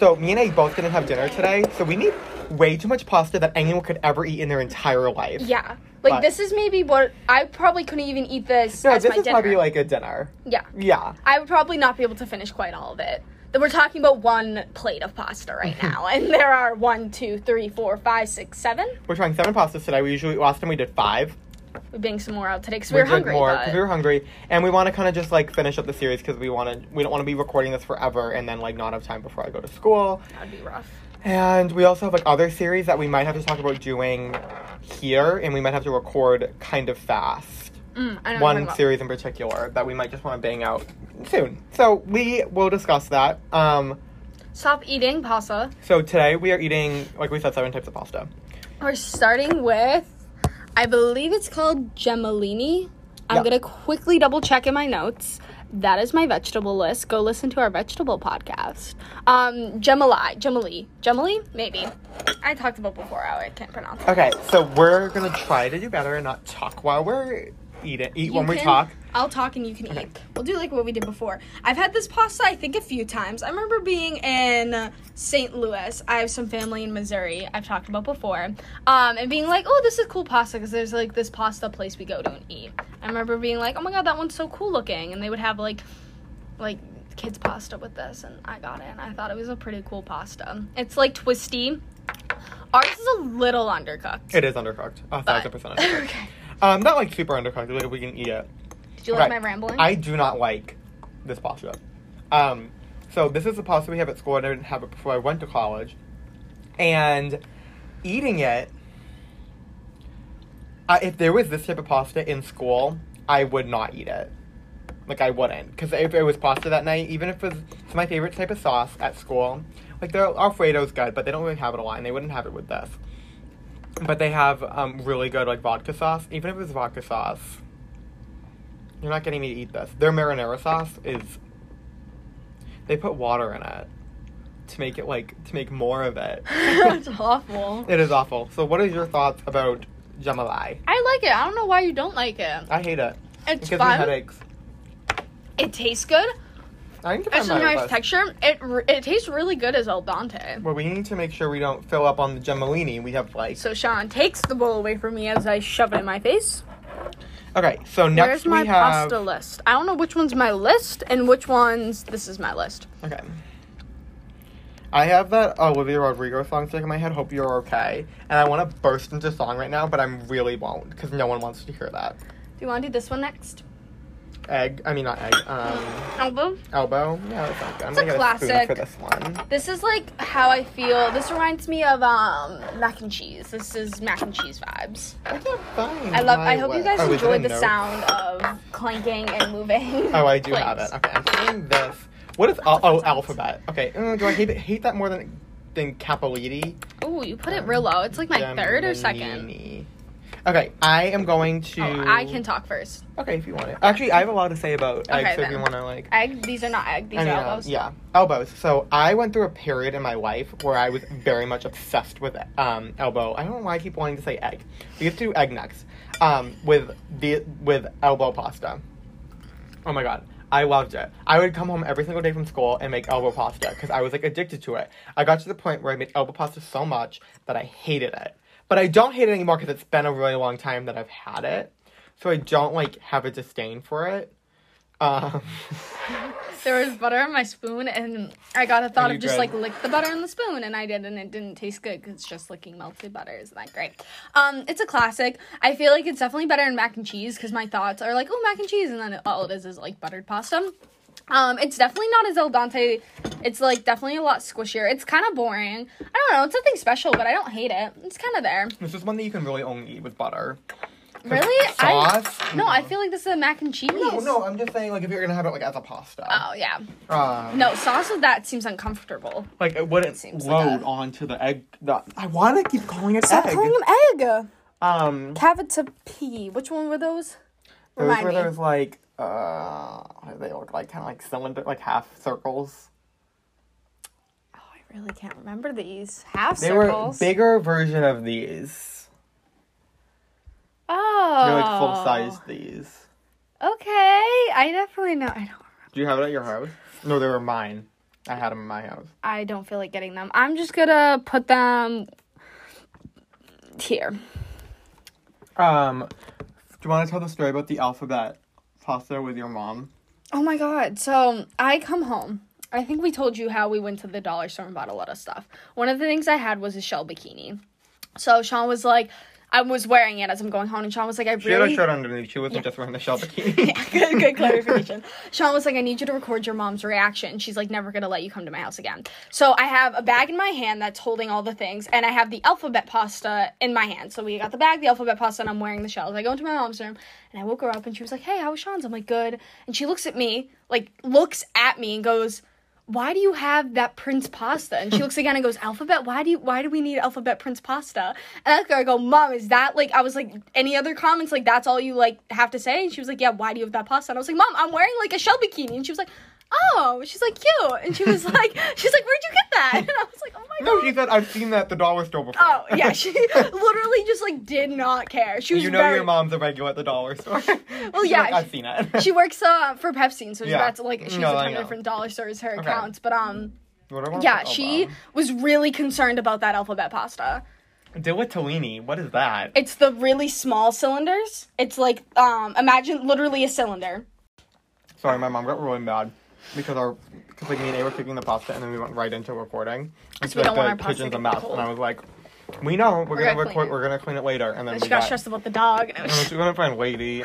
Speaker 2: So me and I both didn't have dinner today. So we need way too much pasta that anyone could ever eat in their entire life.
Speaker 1: Yeah. Like
Speaker 2: But-
Speaker 1: this is maybe what I probably couldn't even eat this
Speaker 2: No,
Speaker 1: as
Speaker 2: this
Speaker 1: my
Speaker 2: is
Speaker 1: dinner.
Speaker 2: probably like a dinner.
Speaker 1: yeah.
Speaker 2: Yeah.
Speaker 1: I would probably not be able to finish quite all of it. That we're talking about one plate of pasta right now, and there are one, two, three, four, five, six, seven.
Speaker 2: We're trying seven pastas today. We usually last time we did five.
Speaker 1: We banged some more out today because we were
Speaker 2: did
Speaker 1: hungry.
Speaker 2: more 'cause
Speaker 1: but
Speaker 2: we were hungry, and we want to kind of just like finish up the series because we want to. We don't want to be recording this forever and then like not have time before I go to school.
Speaker 1: That'd be rough.
Speaker 2: And we also have like other series that we might have to talk about doing here, and we might have to record kind of fast.
Speaker 1: Mm, I know
Speaker 2: One
Speaker 1: what you're
Speaker 2: series in particular that we might just want to bang out soon. So we will discuss that. Um,
Speaker 1: talking about. Stop eating pasta.
Speaker 2: so today we are eating, like we said, seven types of pasta.
Speaker 1: We're starting with, I believe it's called gemellini. I'm
Speaker 2: Yeah.
Speaker 1: gonna quickly double check in my notes. That is my vegetable list. Go listen to our vegetable podcast. Um, gemelli, gemelli, gemelli, maybe. I talked about before. how I can't pronounce. it.
Speaker 2: Okay, so we're gonna try to do better and not talk while we're eating.
Speaker 1: You
Speaker 2: Eat when we
Speaker 1: can-
Speaker 2: talk.
Speaker 1: I'll talk and you can eat. We'll do like what we did before. I've had this pasta, I think, a few times. I remember being in St. Louis. I have some family in Missouri. I've talked about before, um, and being like, "Oh, this is cool pasta," because there's like this pasta place we go to and eat. I remember being like, "Oh my god, that one's so cool looking," and they would have like, like kids pasta with this, and I got it. and I thought it was a pretty cool pasta. It's like twisty. Ours is a little undercooked.
Speaker 2: It is undercooked. A
Speaker 1: but-
Speaker 2: thousand percent undercooked.
Speaker 1: okay.
Speaker 2: Um, not like super undercooked. Like we can eat it.
Speaker 1: Did you
Speaker 2: Right.
Speaker 1: like my rambling?
Speaker 2: I do not like this pasta. Um, so this is the pasta we have at school, and I didn't have it before I went to college. And eating it, I, if there was this type of pasta in school, I would not eat it. Like I wouldn't, because if it was pasta that night, even if it was it's my favorite type of sauce at school, like their Alfredo's good, but they don't really have it a lot, and they wouldn't have it with this. But they have um, really good like vodka sauce. Even if it was vodka sauce, you're not getting me to eat this. Their marinara sauce is. They put water in it to make it like to make more of it.
Speaker 1: That's awful.
Speaker 2: it is awful. So, what is your thoughts about jambalaya?
Speaker 1: I like it. I don't know why you don't like it.
Speaker 2: I hate it.
Speaker 1: It's
Speaker 2: it gives me
Speaker 1: fun.
Speaker 2: headaches.
Speaker 1: It tastes good.
Speaker 2: I think if
Speaker 1: It's
Speaker 2: I'm
Speaker 1: a
Speaker 2: out of
Speaker 1: nice
Speaker 2: this-
Speaker 1: texture. It r- it tastes really good as al dente.
Speaker 2: Well, we need to make sure we don't fill up on the gemolini. We have like
Speaker 1: So Sean takes the bowl away from me as I shove it in my face.
Speaker 2: okay. So next
Speaker 1: Where's my
Speaker 2: we have
Speaker 1: pasta list? I don't know which one's my list and which one's this is my list.
Speaker 2: okay. I have that oh, Olivia Rodrigo song stuck in my head. Hope you're okay, and I want to burst into song right now, but I am really won't because no one wants to hear that.
Speaker 1: Do you want to do this one next?
Speaker 2: egg. I mean, not egg. Um,
Speaker 1: Elbow.
Speaker 2: elbow. Yeah, that's not good. I'm
Speaker 1: It's a
Speaker 2: gonna get spoon
Speaker 1: classic.
Speaker 2: for this one.
Speaker 1: This is like how I feel. This reminds me of um mac and cheese. This is mac and cheese vibes.
Speaker 2: I can't find.
Speaker 1: I love.
Speaker 2: my
Speaker 1: I hope you
Speaker 2: way-
Speaker 1: guys
Speaker 2: Oh, is it
Speaker 1: enjoyed
Speaker 2: in
Speaker 1: the
Speaker 2: notes?
Speaker 1: sound of clanking and moving.
Speaker 2: Oh, I do have
Speaker 1: plates.
Speaker 2: it. Okay, I'm taking this. What is al- oh alphabet? Okay, mm, do I hate it, hate that more than than Capoliti?
Speaker 1: Ooh, you put it real
Speaker 2: Um,
Speaker 1: low. It's like my third or second.
Speaker 2: Gemini. Okay, I am going to.
Speaker 1: Oh, I can talk first.
Speaker 2: Okay, if you want it. Actually, I have a lot to say about eggs.
Speaker 1: Okay,
Speaker 2: so if you
Speaker 1: then.
Speaker 2: want to like.
Speaker 1: Egg. These are not egg. These
Speaker 2: I mean,
Speaker 1: are
Speaker 2: uh,
Speaker 1: elbows.
Speaker 2: yeah, elbows. So I went through a period in my life where I was very much obsessed with um, elbow. I don't know why I keep wanting to say egg. We have to do egg next. Um, with the with elbow pasta. Oh my god. I loved it. I would come home every single day from school and make elbow pasta because I was like addicted to it. I got to the point where I made elbow pasta so much that I hated it. But I don't hate it anymore because it's been a really long time that I've had it. So I don't like have a disdain for it. Um,
Speaker 1: There was butter on my spoon, and I got a thought
Speaker 2: you
Speaker 1: of just
Speaker 2: good?
Speaker 1: like lick the butter on the spoon, and I did, and it didn't taste good because just licking melted butter isn't that great. Um, it's a classic. I feel like it's definitely better in mac and cheese because my thoughts are like, oh, mac and cheese, and then all it is is like buttered pasta. Um, it's definitely not as el dente. It's like definitely a lot squishier. It's kind of boring. I don't know. It's nothing special, but I don't hate it. It's kind of there.
Speaker 2: This is one that you can really only eat with butter.
Speaker 1: Really? I,
Speaker 2: Sauce?
Speaker 1: no, I feel like this is a mac and cheese.
Speaker 2: No, no, I'm just saying, like, if you're gonna have it, like, as a pasta.
Speaker 1: Oh yeah.
Speaker 2: Um,
Speaker 1: No, sauce with that seems uncomfortable.
Speaker 2: Like, it wouldn't
Speaker 1: Seems like
Speaker 2: load
Speaker 1: a-
Speaker 2: onto the egg. The, I wanna keep calling it egg.
Speaker 1: them egg.
Speaker 2: um,
Speaker 1: Cavatappi. Which one were those?
Speaker 2: those
Speaker 1: Remind
Speaker 2: were
Speaker 1: me.
Speaker 2: those, like, uh, they look like kind of like cylinder, like half circles.
Speaker 1: Oh, I really can't remember these. Half
Speaker 2: They
Speaker 1: circles.
Speaker 2: were bigger version of these.
Speaker 1: Oh.
Speaker 2: They're like full size these.
Speaker 1: Okay, I definitely know. I don't. remember.
Speaker 2: Do you have it at your house? No, they were mine. I had them in my house.
Speaker 1: I don't feel like getting them. I'm just gonna put them here.
Speaker 2: Um, do you want to tell the story about the alphabet pasta with your mom?
Speaker 1: Oh my god. So I come home. I think we told you how we went to the dollar store and bought a lot of stuff. One of the things I had was a shell bikini. So Sean was like, I was wearing it as I'm going home, and Sean was like, I
Speaker 2: She
Speaker 1: really
Speaker 2: had a shirt underneath. She wasn't just wearing the shell bikini.
Speaker 1: good, good clarification. Sean was like, I need you to record your mom's reaction. She's like, never gonna let you come to my house again. So I have a bag in my hand that's holding all the things, and I have the alphabet pasta in my hand. So we got the bag, the alphabet pasta, and I'm wearing the shells. I go into my mom's room, and I woke her up, and she was like, Hey, how was Sean's? I'm like, Good. And she looks at me, like, looks at me, and goes, why do you have that Prince pasta? And she looks again and goes, Alphabet, why do you why do we need alphabet Prince pasta? And I look at her, I go, Mom, is that like I was like, any other comments, like that's all you like have to say? And she was like, Yeah, why do you have that pasta? And I was like, Mom, I'm wearing like a shell bikini. And she was like, Oh, she's like cute. And she was like, She's like, Where'd you get that? And I was like, Oh my
Speaker 2: no,
Speaker 1: god.
Speaker 2: she said I've seen that at the dollar store before.
Speaker 1: Oh yeah, she literally just like did not care. She was
Speaker 2: you know
Speaker 1: very
Speaker 2: your mom's a regular at the dollar store. well,
Speaker 1: yeah,
Speaker 2: like, I've seen it.
Speaker 1: she works uh, for Pepsi, so
Speaker 2: Yeah.
Speaker 1: that's like she's
Speaker 2: No,
Speaker 1: a
Speaker 2: I
Speaker 1: ton
Speaker 2: know.
Speaker 1: of different dollar stores her accounts. But um,
Speaker 2: What do I want
Speaker 1: yeah,
Speaker 2: for
Speaker 1: she
Speaker 2: elbow?
Speaker 1: was really concerned about that alphabet pasta.
Speaker 2: Dilatellini. What is that?
Speaker 1: It's the really small cylinders. It's like um imagine literally a cylinder.
Speaker 2: Sorry, my mom got really mad because our because like me and A were picking the pasta and then we went right into recording. And
Speaker 1: we
Speaker 2: like,
Speaker 1: don't want
Speaker 2: the
Speaker 1: our pasta
Speaker 2: kitchen's
Speaker 1: to
Speaker 2: a
Speaker 1: get
Speaker 2: mess,
Speaker 1: cold.
Speaker 2: and I was like, we know we're, gonna
Speaker 1: gonna clean
Speaker 2: record.
Speaker 1: it.
Speaker 2: We're gonna clean it later, and then
Speaker 1: And
Speaker 2: we
Speaker 1: she got
Speaker 2: got-
Speaker 1: stressed about the dog, and it
Speaker 2: And
Speaker 1: was
Speaker 2: she went up and lady.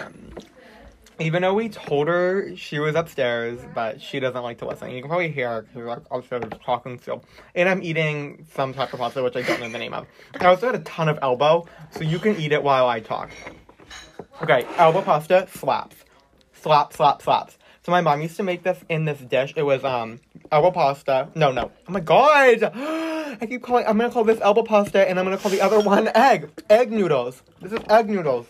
Speaker 2: Even though we told her she was upstairs, but she doesn't like to listen. You can probably hear her because we're like upstairs talking still. And I'm eating some type of pasta, which I don't know the name of. I also had a ton of elbow, so you can eat it while I talk. Okay, elbow pasta slaps. Slap, slap, slaps. So my mom used to make this in this dish. It was um elbow pasta. No, no. Oh my god! I keep calling I'm gonna call this elbow pasta and I'm gonna call the other one egg. Egg noodles. This is egg noodles.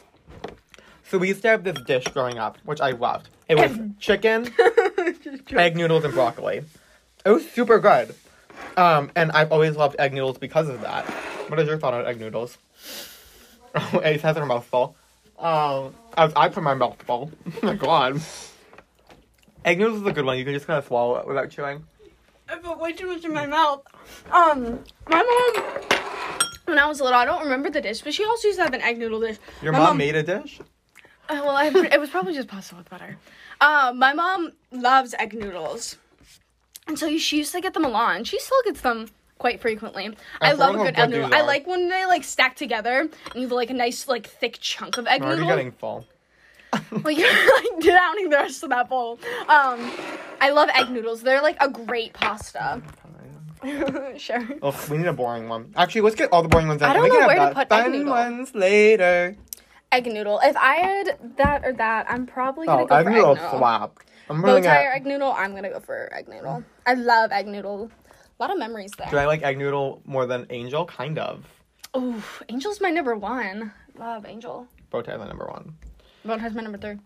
Speaker 2: So we used to have this dish growing up, which I loved. It was chicken, egg noodles, and broccoli. It was super good. Um, and I've always loved egg noodles because of that. What is your thought on egg noodles? Oh, Ace has her mouthful. Um, I, I put my mouthful. oh my god. Egg noodles is a good one. You can just kind of swallow it without chewing.
Speaker 1: I put way too much in my mouth. Um, my mom. When I was little, I don't remember the dish, but she also used to have an egg noodle dish.
Speaker 2: Your
Speaker 1: My
Speaker 2: mom, made a dish?
Speaker 1: Uh, well, I, it was probably just pasta with butter. Uh, my mom loves egg noodles, and so she used to get them a lot. And she still gets them quite frequently. I,
Speaker 2: forgot
Speaker 1: love a
Speaker 2: how
Speaker 1: good
Speaker 2: good
Speaker 1: egg
Speaker 2: these
Speaker 1: noodle. I
Speaker 2: are.
Speaker 1: like when they like stack together and you have like a nice like thick chunk of egg
Speaker 2: I'm already
Speaker 1: noodle.
Speaker 2: getting full.
Speaker 1: Like you're like downing the rest of that bowl. Um, I love egg noodles. They're like a great pasta. sure.
Speaker 2: Ugh, we need a boring one. Actually, let's get all the boring ones out.
Speaker 1: I don't
Speaker 2: we
Speaker 1: know
Speaker 2: can have
Speaker 1: where to
Speaker 2: that
Speaker 1: put egg
Speaker 2: fun
Speaker 1: noodle.
Speaker 2: ones later.
Speaker 1: Egg noodle. If I had that or that, I'm probably gonna
Speaker 2: Oh,
Speaker 1: go
Speaker 2: egg
Speaker 1: for
Speaker 2: noodle
Speaker 1: egg noodle.
Speaker 2: slapped. I'm
Speaker 1: Bow
Speaker 2: really
Speaker 1: tie or
Speaker 2: at-
Speaker 1: egg noodle. I'm gonna go for egg noodle. I love egg noodle. A lot of memories
Speaker 2: Do
Speaker 1: there.
Speaker 2: I like egg noodle more than angel? Kind of.
Speaker 1: Ooh, Angel's my number one. Love Angel.
Speaker 2: Bow tie the number one.
Speaker 1: Bone Tie's my number three.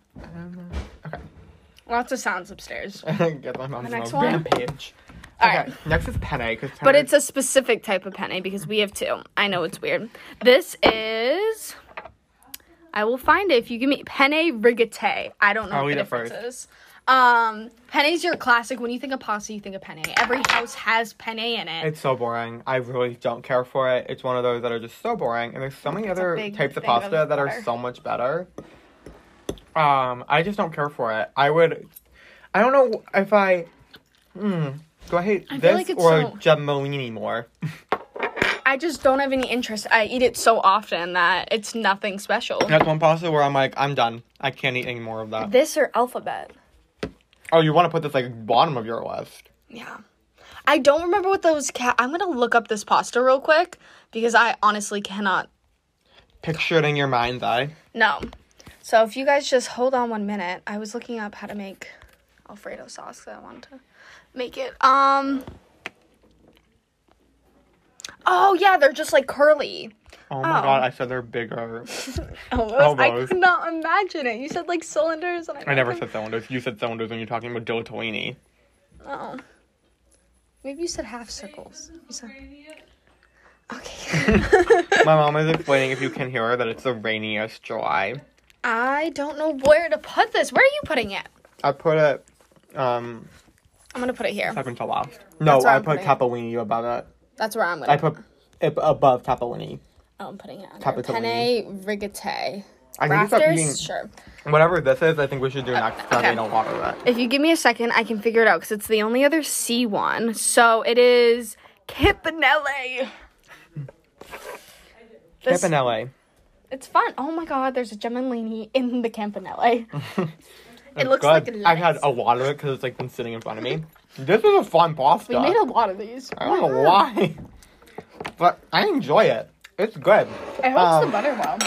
Speaker 1: Lots of sounds upstairs.
Speaker 2: Okay. Get my mom's
Speaker 1: The next
Speaker 2: on a
Speaker 1: one?
Speaker 2: rampage.
Speaker 1: All
Speaker 2: okay.
Speaker 1: right.
Speaker 2: Next is penne. 'cause
Speaker 1: But
Speaker 2: penne-
Speaker 1: it's a specific type of penne because we have two. I know it's weird. This is. I will find it if you give me penne rigate. I don't know
Speaker 2: I'll
Speaker 1: what the
Speaker 2: eat it
Speaker 1: difference
Speaker 2: first.
Speaker 1: is. Um, penne's your classic. When you think of pasta, you think of penne. Every house has penne in it.
Speaker 2: It's so boring. I really don't care for it. It's one of those that are just so boring. And there's so many
Speaker 1: a
Speaker 2: other
Speaker 1: big
Speaker 2: types of
Speaker 1: thing of
Speaker 2: pasta that are
Speaker 1: butter.
Speaker 2: so much better. Um, I just don't care for it. I would. I don't know if I. Mm, do I hate
Speaker 1: I feel
Speaker 2: this
Speaker 1: like it's
Speaker 2: or
Speaker 1: so-
Speaker 2: Gemolini more?
Speaker 1: I just don't have any interest. I eat it so often that it's nothing special.
Speaker 2: That's one pasta where I'm like, I'm done. I can't eat any more of that.
Speaker 1: This or alphabet?
Speaker 2: Oh, you want to put this like bottom of your list?
Speaker 1: Yeah. I don't remember what those cat. I'm gonna look up this pasta real quick because I honestly cannot
Speaker 2: Picture it in your mind's eye.
Speaker 1: No. So if you guys just hold on one minute, I was looking up how to make Alfredo sauce because I wanted to make it. Um. Oh yeah, they're just like curly.
Speaker 2: Oh my
Speaker 1: Oh.
Speaker 2: god, I said they're bigger.
Speaker 1: Almost. I
Speaker 2: Almost.
Speaker 1: could not imagine it. You said like cylinders, and I,
Speaker 2: Oh, I never said cylinders. You said cylinders when you're talking about dilatellini.
Speaker 1: Oh. Maybe you said half circles. You said. Okay.
Speaker 2: My mom is explaining, if you can hear her, that it's the rainiest July.
Speaker 1: I don't know where to put this. Where are you putting it?
Speaker 2: I put it um
Speaker 1: I'm gonna put it here.
Speaker 2: second to last. No,
Speaker 1: where
Speaker 2: I
Speaker 1: I'm
Speaker 2: put
Speaker 1: putting it.
Speaker 2: capellini above it.
Speaker 1: That's where I'm gonna.
Speaker 2: I put it above capellini.
Speaker 1: Oh, I'm putting it under.
Speaker 2: Capitolini.
Speaker 1: Penne rigate.
Speaker 2: I think it's about being-
Speaker 1: Rafters? Sure.
Speaker 2: Whatever this is, I think we should do next time
Speaker 1: okay.
Speaker 2: we don't water it.
Speaker 1: If you give me a second, I can figure it out because it's the only other C one. So it is Campanelle. This,
Speaker 2: Campanelle.
Speaker 1: It's fun. Oh my god, there's a Gemellini in the Campanelle. it looks like
Speaker 2: Good. I've had a lot of it because it's like been sitting in front of me. This is a fun pasta.
Speaker 1: We made a lot of these.
Speaker 2: I don't know why, but I enjoy it. It's good.
Speaker 1: It holds
Speaker 2: Um,
Speaker 1: the butter well.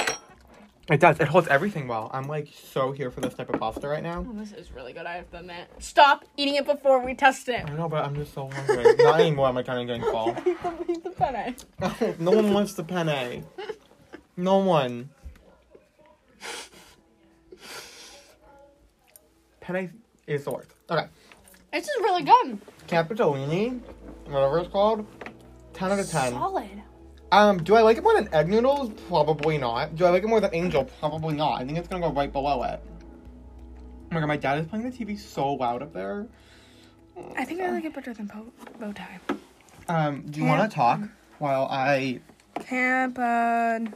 Speaker 2: It does. It holds everything well. I'm like so here for this type of pasta right now.
Speaker 1: This is really good, I have to admit. Stop eating it before we test it.
Speaker 2: I know, but I'm just so hungry. Not anymore. I'm like kind of getting full.
Speaker 1: Eat the, eat the penne.
Speaker 2: no one wants the penne. No one. Penne is the worst. Okay.
Speaker 1: This is really good.
Speaker 2: Capitolini, whatever it's called, 10 out of 10.
Speaker 1: Solid.
Speaker 2: Um, do I like it more than egg noodles? Probably not. Do I like it more than angel? Probably not. I think it's gonna go right below it. Oh my god, my dad is playing the TV so loud up there.
Speaker 1: I think I like it better than po- bow tie.
Speaker 2: Um, do you wanna talk while I
Speaker 1: Campan.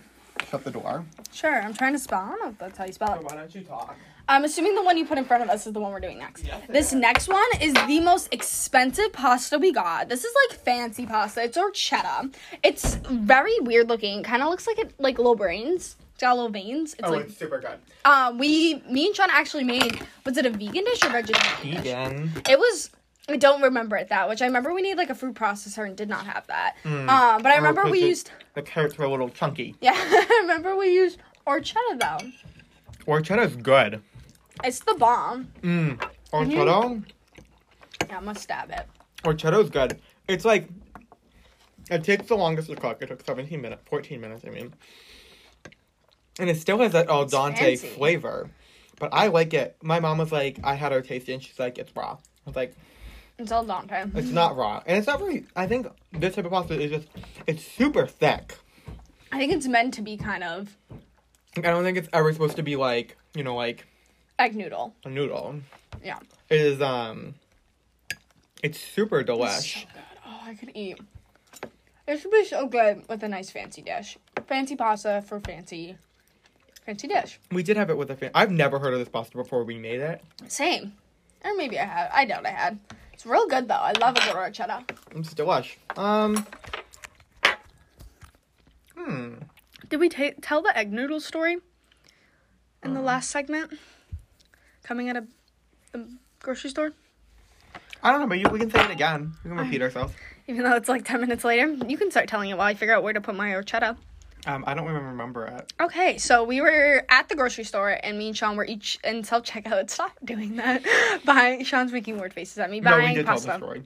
Speaker 2: shut the door?
Speaker 1: Sure, I'm trying to spell. I don't know if that's how you spell it.
Speaker 2: Oh, don't you talk?
Speaker 1: I'm assuming the one you put in front of us is the one we're doing next.
Speaker 2: Yes, it
Speaker 1: This next one is the most expensive pasta we got. This is like fancy pasta. It's horchata. It's very weird looking. Kind of looks like it like little brains. It's got little veins. It's
Speaker 2: Oh,
Speaker 1: like
Speaker 2: it's super good.
Speaker 1: um we me and Sean actually made was it a vegan dish or vegetarian? dish?
Speaker 2: Vegan.
Speaker 1: It was I don't remember it that much. I remember we needed like a food processor and did not have that. Um, but I remember we used
Speaker 2: The carrots were a little chunky.
Speaker 1: yeah. I remember we used horchata though.
Speaker 2: Horchata is good.
Speaker 1: It's the bomb.
Speaker 2: Mmm. Horchata?
Speaker 1: Yeah, I'm gonna stab it.
Speaker 2: Horchata is good. It's like, it takes the longest to cook. It took 17 minutes, 14 minutes, I mean. And it still has that al dente
Speaker 1: fancy.
Speaker 2: flavor. But I like it. My mom was like, I had her taste it and she's like, it's raw. I was like,
Speaker 1: It's all Dante.
Speaker 2: it's not raw. And it's not really, I think this type of pasta is just, it's super thick.
Speaker 1: I think it's meant to be kind of
Speaker 2: Like, I don't think it's ever supposed to be like, you know, like
Speaker 1: egg noodle.
Speaker 2: a noodle.
Speaker 1: Yeah.
Speaker 2: It is, um, it's super
Speaker 1: So
Speaker 2: delish.
Speaker 1: good. Oh, I could eat. This would be so good with a nice fancy dish. Fancy pasta for fancy, fancy dish.
Speaker 2: We did have it with a fan. I've never heard of this pasta before we made it.
Speaker 1: Same. Or maybe I had. I doubt I had. It's real good though. I love a good horchata.
Speaker 2: It's delish. Um. Hmm.
Speaker 1: Did we ta- tell the egg noodle story in the last segment? coming out of the grocery store,
Speaker 2: I don't know, but you, we can say it again. We can repeat ourselves.
Speaker 1: even though it's like 10 minutes later. You can start telling it while I figure out where to put my horchata.
Speaker 2: Um, I don't even remember it.
Speaker 1: Okay, so we were at the grocery store, and me and Sean were each in self checkout. Stop doing that. Buying Sean's making weird faces at me.
Speaker 2: no, we
Speaker 1: Buying
Speaker 2: did
Speaker 1: pasta.
Speaker 2: tell the story.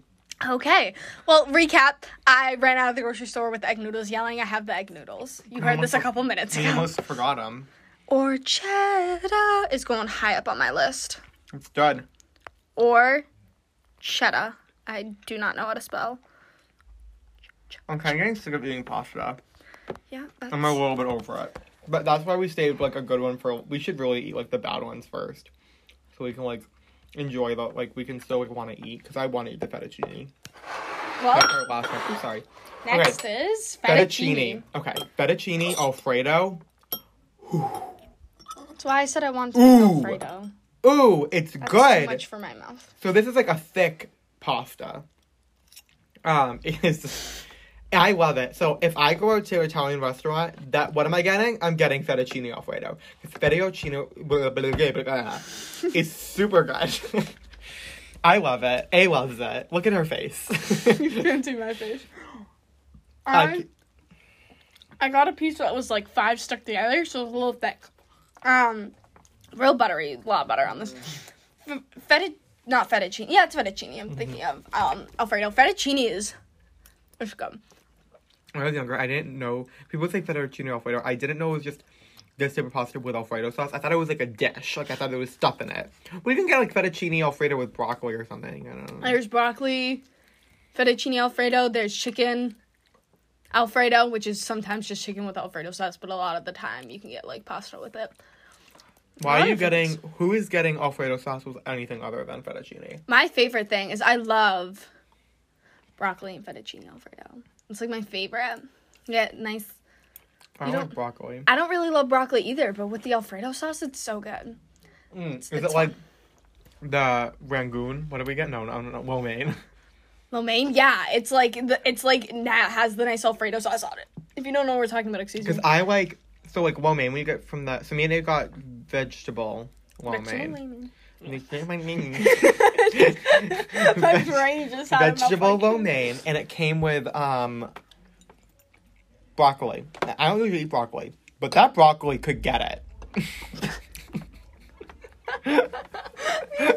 Speaker 1: Okay. Well, recap. I ran out of the grocery store with egg noodles, yelling, "I have the egg noodles." You heard this a couple minutes
Speaker 2: We
Speaker 1: ago.
Speaker 2: almost forgot him.
Speaker 1: Orchetta is going high up on my list.
Speaker 2: It's done.
Speaker 1: Or chetta. I do not know how to spell.
Speaker 2: I'm kind of getting sick of eating pasta.
Speaker 1: Yeah, that's
Speaker 2: I'm a little bit over it. But that's why we saved like a good one for. We should really eat like the bad ones first, so we can like enjoy the like we can still like want to eat because I want to eat the fettuccine. That's
Speaker 1: well.
Speaker 2: our last one. I'm sorry.
Speaker 3: Next is
Speaker 2: Fettuccine. Okay, fettuccine Alfredo.
Speaker 1: That's why I said I wanted
Speaker 2: Ooh.
Speaker 3: Alfredo.
Speaker 2: Ooh, it's
Speaker 1: That's
Speaker 2: good.
Speaker 1: Too much for my mouth.
Speaker 2: So this is like a thick pasta. Um, it is. and I love it. So if I go out to an Italian restaurant, that what am I getting? I'm getting fettuccine alfredo. 'Cause Fettuccine blah, blah, blah, blah, blah, is super good. I love it. A loves it. Look at her face.
Speaker 3: Fancy my face. I,
Speaker 2: I-
Speaker 3: I got a piece that was like five stuck together, so it was a little thick.
Speaker 1: Um, real buttery, a lot of butter on this. F- fettu- not fettuccine. Yeah, it's fettuccine. I'm thinking of um Alfredo. Fettuccine is. It's good.
Speaker 2: when I was younger, I didn't know people say fettuccine alfredo. I didn't know it was just this type of pasta with alfredo sauce. I thought it was like a dish. Like I thought there was stuff in it. We can get like fettuccine alfredo with broccoli or something. I don't know.
Speaker 1: There's broccoli, fettuccine alfredo. There's chicken alfredo, which is sometimes just chicken with alfredo sauce, but a lot of the time you can get like pasta with it.
Speaker 2: Why
Speaker 1: lot
Speaker 2: are you
Speaker 1: of things.
Speaker 2: getting? Who is getting Alfredo sauce with anything other than fettuccine?
Speaker 1: My favorite thing is I love broccoli and fettuccine alfredo. It's like my favorite. Yeah, nice.
Speaker 2: I
Speaker 1: You
Speaker 2: don't
Speaker 1: don't-
Speaker 2: like broccoli.
Speaker 1: I don't really love broccoli either, but with the alfredo sauce, it's so good.
Speaker 2: Mm, Is
Speaker 1: it's
Speaker 2: it like the Rangoon? What did we get? No, no, no, no. Well, Maine.
Speaker 1: Lo mein, yeah, it's like the, it's like now has the nice Alfredo sauce on it. If you don't know what we're talking about, excuse
Speaker 2: Because
Speaker 1: me.
Speaker 2: I like so like well, Maine. We get from the so me and Dave got vegetable well, Maine.
Speaker 1: Vegetable
Speaker 3: my brain just had
Speaker 2: vegetable
Speaker 3: a malfunction.
Speaker 2: lo mein, and it came with um broccoli. Now, I don't usually eat broccoli, but that broccoli could get it.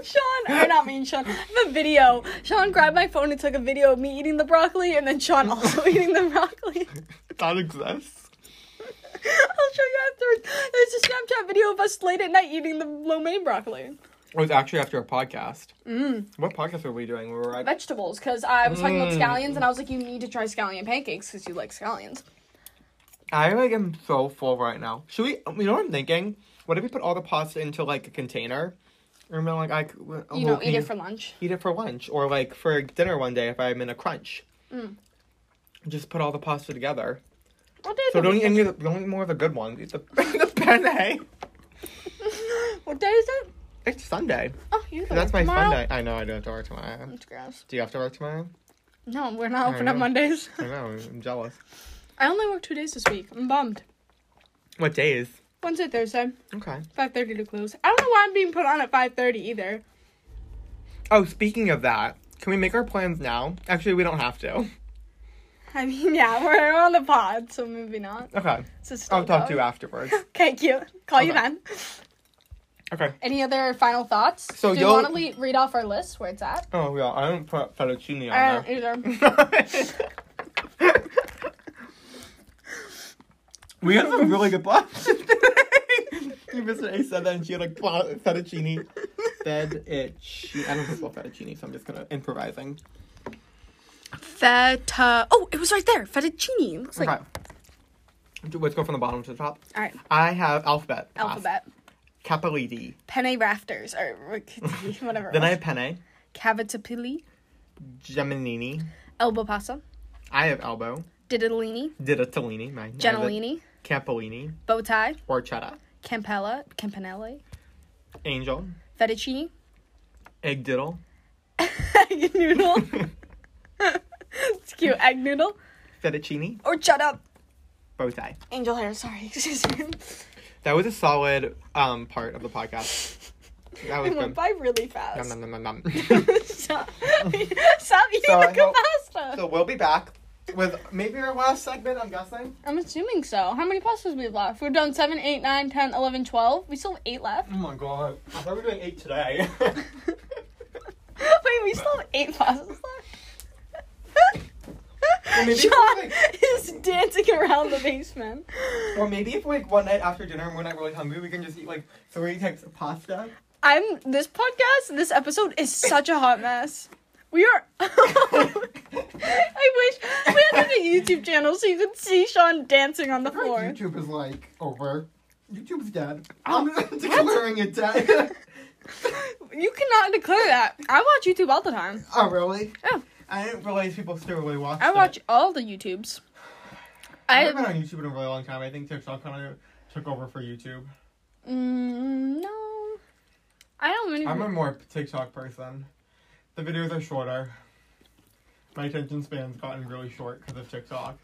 Speaker 1: Sean, or not me and Sean, the video. Sean grabbed my phone and took a video of me eating the broccoli, and then Sean also eating the broccoli.
Speaker 2: that exists.
Speaker 1: I'll show you afterwards. There's a Snapchat video of us late at night eating the lo mein broccoli.
Speaker 2: It was actually after a podcast. Mm. What podcast were we doing? We were at.
Speaker 1: Vegetables, because I was talking about
Speaker 2: Mm.
Speaker 1: scallions, and I was like, you need to try scallion pancakes because you like scallions.
Speaker 2: I like am so full right now. Should we? You know what I'm thinking? What if we put all the pasta into like a container? And then like I c- well,
Speaker 1: You know,
Speaker 2: can
Speaker 1: eat it for lunch.
Speaker 2: eat it for lunch or like for dinner one day if I'm in a crunch.
Speaker 1: Mm.
Speaker 2: Just put all the pasta together.
Speaker 1: What day
Speaker 2: So
Speaker 1: did we
Speaker 2: don't eat
Speaker 1: get-
Speaker 2: any of the, don't eat more of the good ones. Eat the the penne.
Speaker 1: What day is it?
Speaker 2: It's Sunday.
Speaker 1: Oh, you. can
Speaker 2: That's
Speaker 1: work
Speaker 2: my
Speaker 1: tomorrow.
Speaker 2: Sunday. I know I do have to work tomorrow.
Speaker 1: That's gross.
Speaker 2: Do you have to work tomorrow?
Speaker 1: No, we're not
Speaker 2: I
Speaker 1: open on
Speaker 2: know.
Speaker 1: Mondays.
Speaker 2: I know. I'm jealous.
Speaker 1: I only work two days this week. I'm bummed.
Speaker 2: What day is?
Speaker 3: Wednesday, Thursday,
Speaker 2: Okay.
Speaker 3: five thirty to close. I don't know why I'm being put on at five thirty either.
Speaker 2: Oh, speaking of that, can we make our plans now? Actually, we don't have to.
Speaker 3: I mean,
Speaker 1: Yeah, we're on the pod, so maybe not.
Speaker 2: Okay.
Speaker 1: So still
Speaker 2: I'll talk to
Speaker 1: go.
Speaker 2: you afterwards.
Speaker 1: Okay, cute. Call you
Speaker 2: Okay.
Speaker 1: then.
Speaker 2: Okay.
Speaker 1: Any other final thoughts?
Speaker 2: So
Speaker 1: Do you
Speaker 2: you'll-
Speaker 1: want to le- read off our list where it's at?
Speaker 2: Oh yeah, I don't put fettuccine on
Speaker 3: I don't either.
Speaker 1: Uh,
Speaker 2: there. we had some really good plans today. Mr. A said that, and she had like pla- fettuccine. Fettuccine. I don't know about fettuccine, so I'm just gonna improvising.
Speaker 1: Feta. Oh, it was right there. Fettuccine. Looks like.
Speaker 2: Okay. Do- Let's go from the bottom to the top.
Speaker 1: All right.
Speaker 2: I have alphabet.
Speaker 1: Alphabet.
Speaker 2: Capelliti.
Speaker 1: Penne rafters or whatever.
Speaker 2: Then I have penne.
Speaker 1: Cavatapili.
Speaker 2: Geminini.
Speaker 1: Elbow pasta.
Speaker 2: I have elbow.
Speaker 1: Diddolini.
Speaker 2: Didatellini. Mine. I have it.
Speaker 1: Genolini.
Speaker 2: Capellini.
Speaker 1: Bow tie.
Speaker 2: Horchata.
Speaker 1: Campella. Campanelli.
Speaker 2: Angel.
Speaker 1: Fettuccine.
Speaker 2: Egg diddle.
Speaker 1: Egg noodle. it's cute. Egg noodle.
Speaker 2: Fettuccine.
Speaker 1: Or shut up.
Speaker 2: Bow tie.
Speaker 1: Angel hair. Sorry, excuse me.
Speaker 2: That was a solid um, part of the podcast. That was
Speaker 4: It went
Speaker 2: good.
Speaker 4: by really
Speaker 2: Nom,
Speaker 4: fast.
Speaker 2: nom, nom, nom, nom.
Speaker 4: Stop. Stop eating
Speaker 2: So I
Speaker 4: the
Speaker 2: hope-
Speaker 4: pasta.
Speaker 2: so we'll be back with maybe our last segment. I'm guessing.
Speaker 1: I'm assuming so. How many pastas we have left? We've done 7, 8, 9, 10, 11, 12. We still have 8 left.
Speaker 2: Oh my god! I thought we were doing eight today.
Speaker 1: Wait, we still have 8 pastas left?
Speaker 2: maybe it's
Speaker 1: John
Speaker 2: like-
Speaker 1: is dancing around the basement.
Speaker 2: or maybe if like one night after dinner and we're not really hungry, we can just eat like three types of pasta.
Speaker 1: I'm this podcast, this episode is such a hot mess. We are. I wish we had like a YouTube channel so you could see Sean dancing on the
Speaker 2: I feel
Speaker 1: floor.
Speaker 2: like YouTube is like over. YouTube's dead.
Speaker 1: Oh,
Speaker 2: I'm declaring it dead.
Speaker 1: You cannot declare that. I watch YouTube all the time.
Speaker 2: oh really?
Speaker 1: Oh.
Speaker 2: I didn't realize people still really watched.
Speaker 1: I
Speaker 2: it.
Speaker 1: watch all the YouTubes.
Speaker 2: I
Speaker 1: I
Speaker 2: haven't been on YouTube in a really long time. I think TikTok kind of took over for YouTube.
Speaker 1: mm, no. I don't even.
Speaker 2: I'm a more TikTok person. The videos are shorter. My attention span's gotten really short because of TikTok.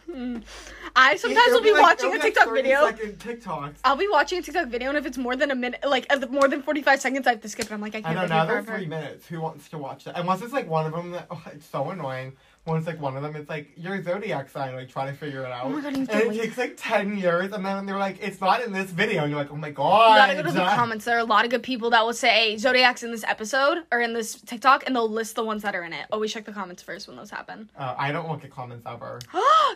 Speaker 1: I sometimes will be watching a TikTok video.
Speaker 2: Second TikToks.
Speaker 1: I'll be watching a TikTok video, and if it's more than a minute, like if more than forty-five seconds, I have to skip it. I'm like, I
Speaker 2: I
Speaker 1: can't.
Speaker 2: know
Speaker 1: live
Speaker 2: now
Speaker 1: here
Speaker 2: they're
Speaker 1: forever.
Speaker 2: three minutes. Who wants to watch that? Unless it's like one of them that oh, it's so annoying. Once like one of them, it's like your zodiac sign, like trying to figure it out.
Speaker 1: Oh my God, you
Speaker 2: and
Speaker 1: have to
Speaker 2: it
Speaker 1: wait.
Speaker 2: takes like ten years, and then they're like, "It's not in this video," and you're like, "Oh my
Speaker 1: You
Speaker 2: god!"
Speaker 1: gotta go to the comments. There are a lot of good people that will say Zodiac's in this episode or in this TikTok, and they'll list the ones that are in it. Always check the comments first when those happen.
Speaker 2: Uh, I don't look at comments ever.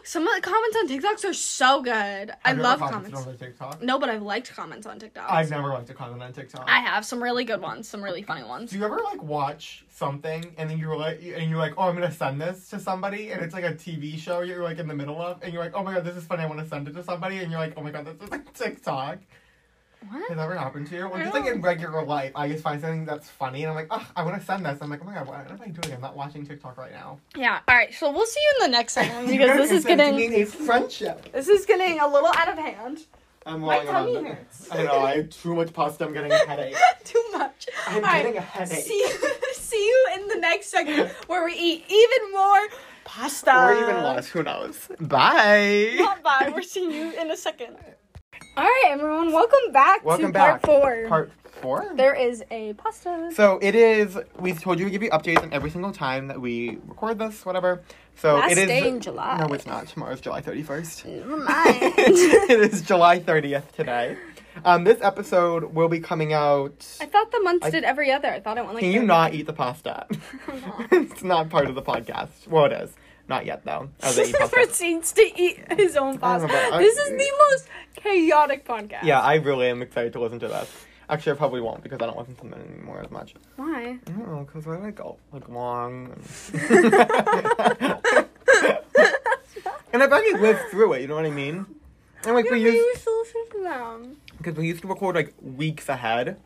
Speaker 1: Some of the comments on TikToks are so good. I
Speaker 2: Have you ever
Speaker 1: love
Speaker 2: commented
Speaker 1: comments.
Speaker 2: on the TikTok.
Speaker 1: No, but I've liked comments on TikTok.
Speaker 2: I've never liked a comment on TikTok.
Speaker 1: I have some really good ones, some really funny ones.
Speaker 2: Do you ever like watch something and then you're like, and you're like, oh, I'm gonna send this to somebody, and it's like a TV show you're like in the middle of, and you're like, oh my god, this is funny, I want to send it to somebody, and you're like, oh my god, this is like TikTok. Has
Speaker 1: What?
Speaker 2: that ever happened to you? Or
Speaker 1: I
Speaker 2: just like
Speaker 1: don't-
Speaker 2: in regular life, I just find something that's funny, and I'm like, oh, I want to send this. I'm like, oh my god, what am I doing? I'm not watching TikTok right now.
Speaker 1: Yeah. All right. So we'll see you in the next segment because this is getting
Speaker 2: a friendship.
Speaker 1: this is getting a little out of hand.
Speaker 2: I'm
Speaker 1: My
Speaker 2: lying on
Speaker 1: tummy
Speaker 2: the-
Speaker 1: hurts.
Speaker 2: I know. I have too much pasta. I'm getting a headache.
Speaker 1: Too much.
Speaker 2: I'm
Speaker 1: All right.
Speaker 2: getting a headache.
Speaker 1: See you, see you in the next segment where we eat even more pasta.
Speaker 2: or even less. Who knows? Bye.
Speaker 1: Not bye. We're seeing you in a second. All right, everyone. Welcome back to
Speaker 2: Welcome back.
Speaker 1: part four.
Speaker 2: Part four.
Speaker 1: there is a pasta.
Speaker 2: So it is. We've told you we give you updates on every single time that we record this, whatever. So
Speaker 1: Last
Speaker 2: it is.
Speaker 1: day in July.
Speaker 2: No, it's not. Tomorrow's July thirty first.
Speaker 1: Never mind.
Speaker 2: it is July thirtieth today. Um, this episode will be coming out.
Speaker 1: I thought the months
Speaker 2: I-
Speaker 1: did every other. I thought it went like.
Speaker 2: Can you
Speaker 1: that.
Speaker 2: not eat the pasta? it's not part of the podcast. Well, it is. Not yet though. Oh, they eat pasta.
Speaker 1: proceeds to eat his own
Speaker 2: I
Speaker 1: pasta.
Speaker 2: don't know, but I-
Speaker 1: this is the most chaotic podcast.
Speaker 2: Yeah, I really am excited to listen to this. Actually, I probably won't because I don't listen to them anymore as much.
Speaker 1: Why?
Speaker 2: I don't know because I like all like long. And I've only lived through it, you know what I mean? And like
Speaker 1: Yeah,
Speaker 2: we
Speaker 1: but you
Speaker 2: used
Speaker 1: used to listen to them.
Speaker 2: because we used to record like weeks ahead.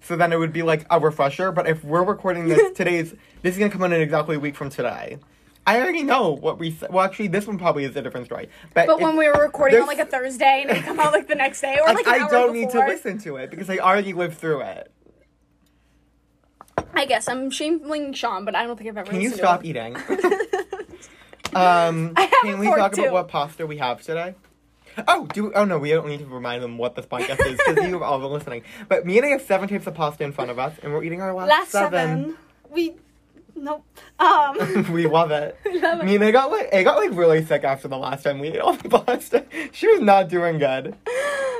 Speaker 2: So then it would be like a refresher, but if we're recording this today's this is gonna come out in exactly a week from today. I already know what we said. Well, actually, this one probably is a different story. But,
Speaker 1: But when
Speaker 2: it-
Speaker 1: we were recording on
Speaker 2: there's-
Speaker 1: like a Thursday and it come out like the next day or like an
Speaker 2: I,
Speaker 1: hour
Speaker 2: I don't need to
Speaker 1: before.
Speaker 2: listen to it because I already lived through it.
Speaker 1: I guess I'm shaming Sean, but I don't think I've ever.
Speaker 2: Can you
Speaker 1: listened
Speaker 2: stop
Speaker 1: to
Speaker 2: eating? um,
Speaker 1: I have a
Speaker 2: can we
Speaker 1: fork,
Speaker 2: talk
Speaker 1: too.
Speaker 2: about what pasta we have today? Oh, do oh no, we don't need to remind them what this podcast is because you've all been listening. But me and I have seven types of pasta in front of us, and we're eating our last,
Speaker 1: Last seven. We. Nope. Um.
Speaker 2: we love it.
Speaker 1: love it.
Speaker 2: Me and I got like I got like really sick after the last time we ate all the pasta. She was not doing good.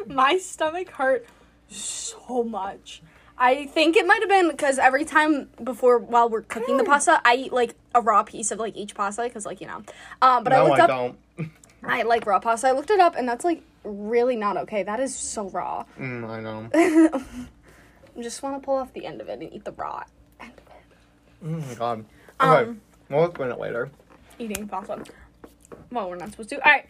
Speaker 1: my stomach hurt so much. I think it might have been because every time before while we're cooking the pasta, I eat like a raw piece of like each pasta because like you know. Um, but I
Speaker 2: no,
Speaker 1: looked
Speaker 2: I
Speaker 1: up.
Speaker 2: don't.
Speaker 1: I like raw pasta. I looked it up, and that's like really not okay. That is so raw.
Speaker 2: Mm, I know.
Speaker 1: I just want to pull off the end of it and eat the raw end of it.
Speaker 2: Oh my god. Okay,
Speaker 1: Um.
Speaker 2: we'll explain it later.
Speaker 1: Eating pasta. Well, we're not supposed to. All right,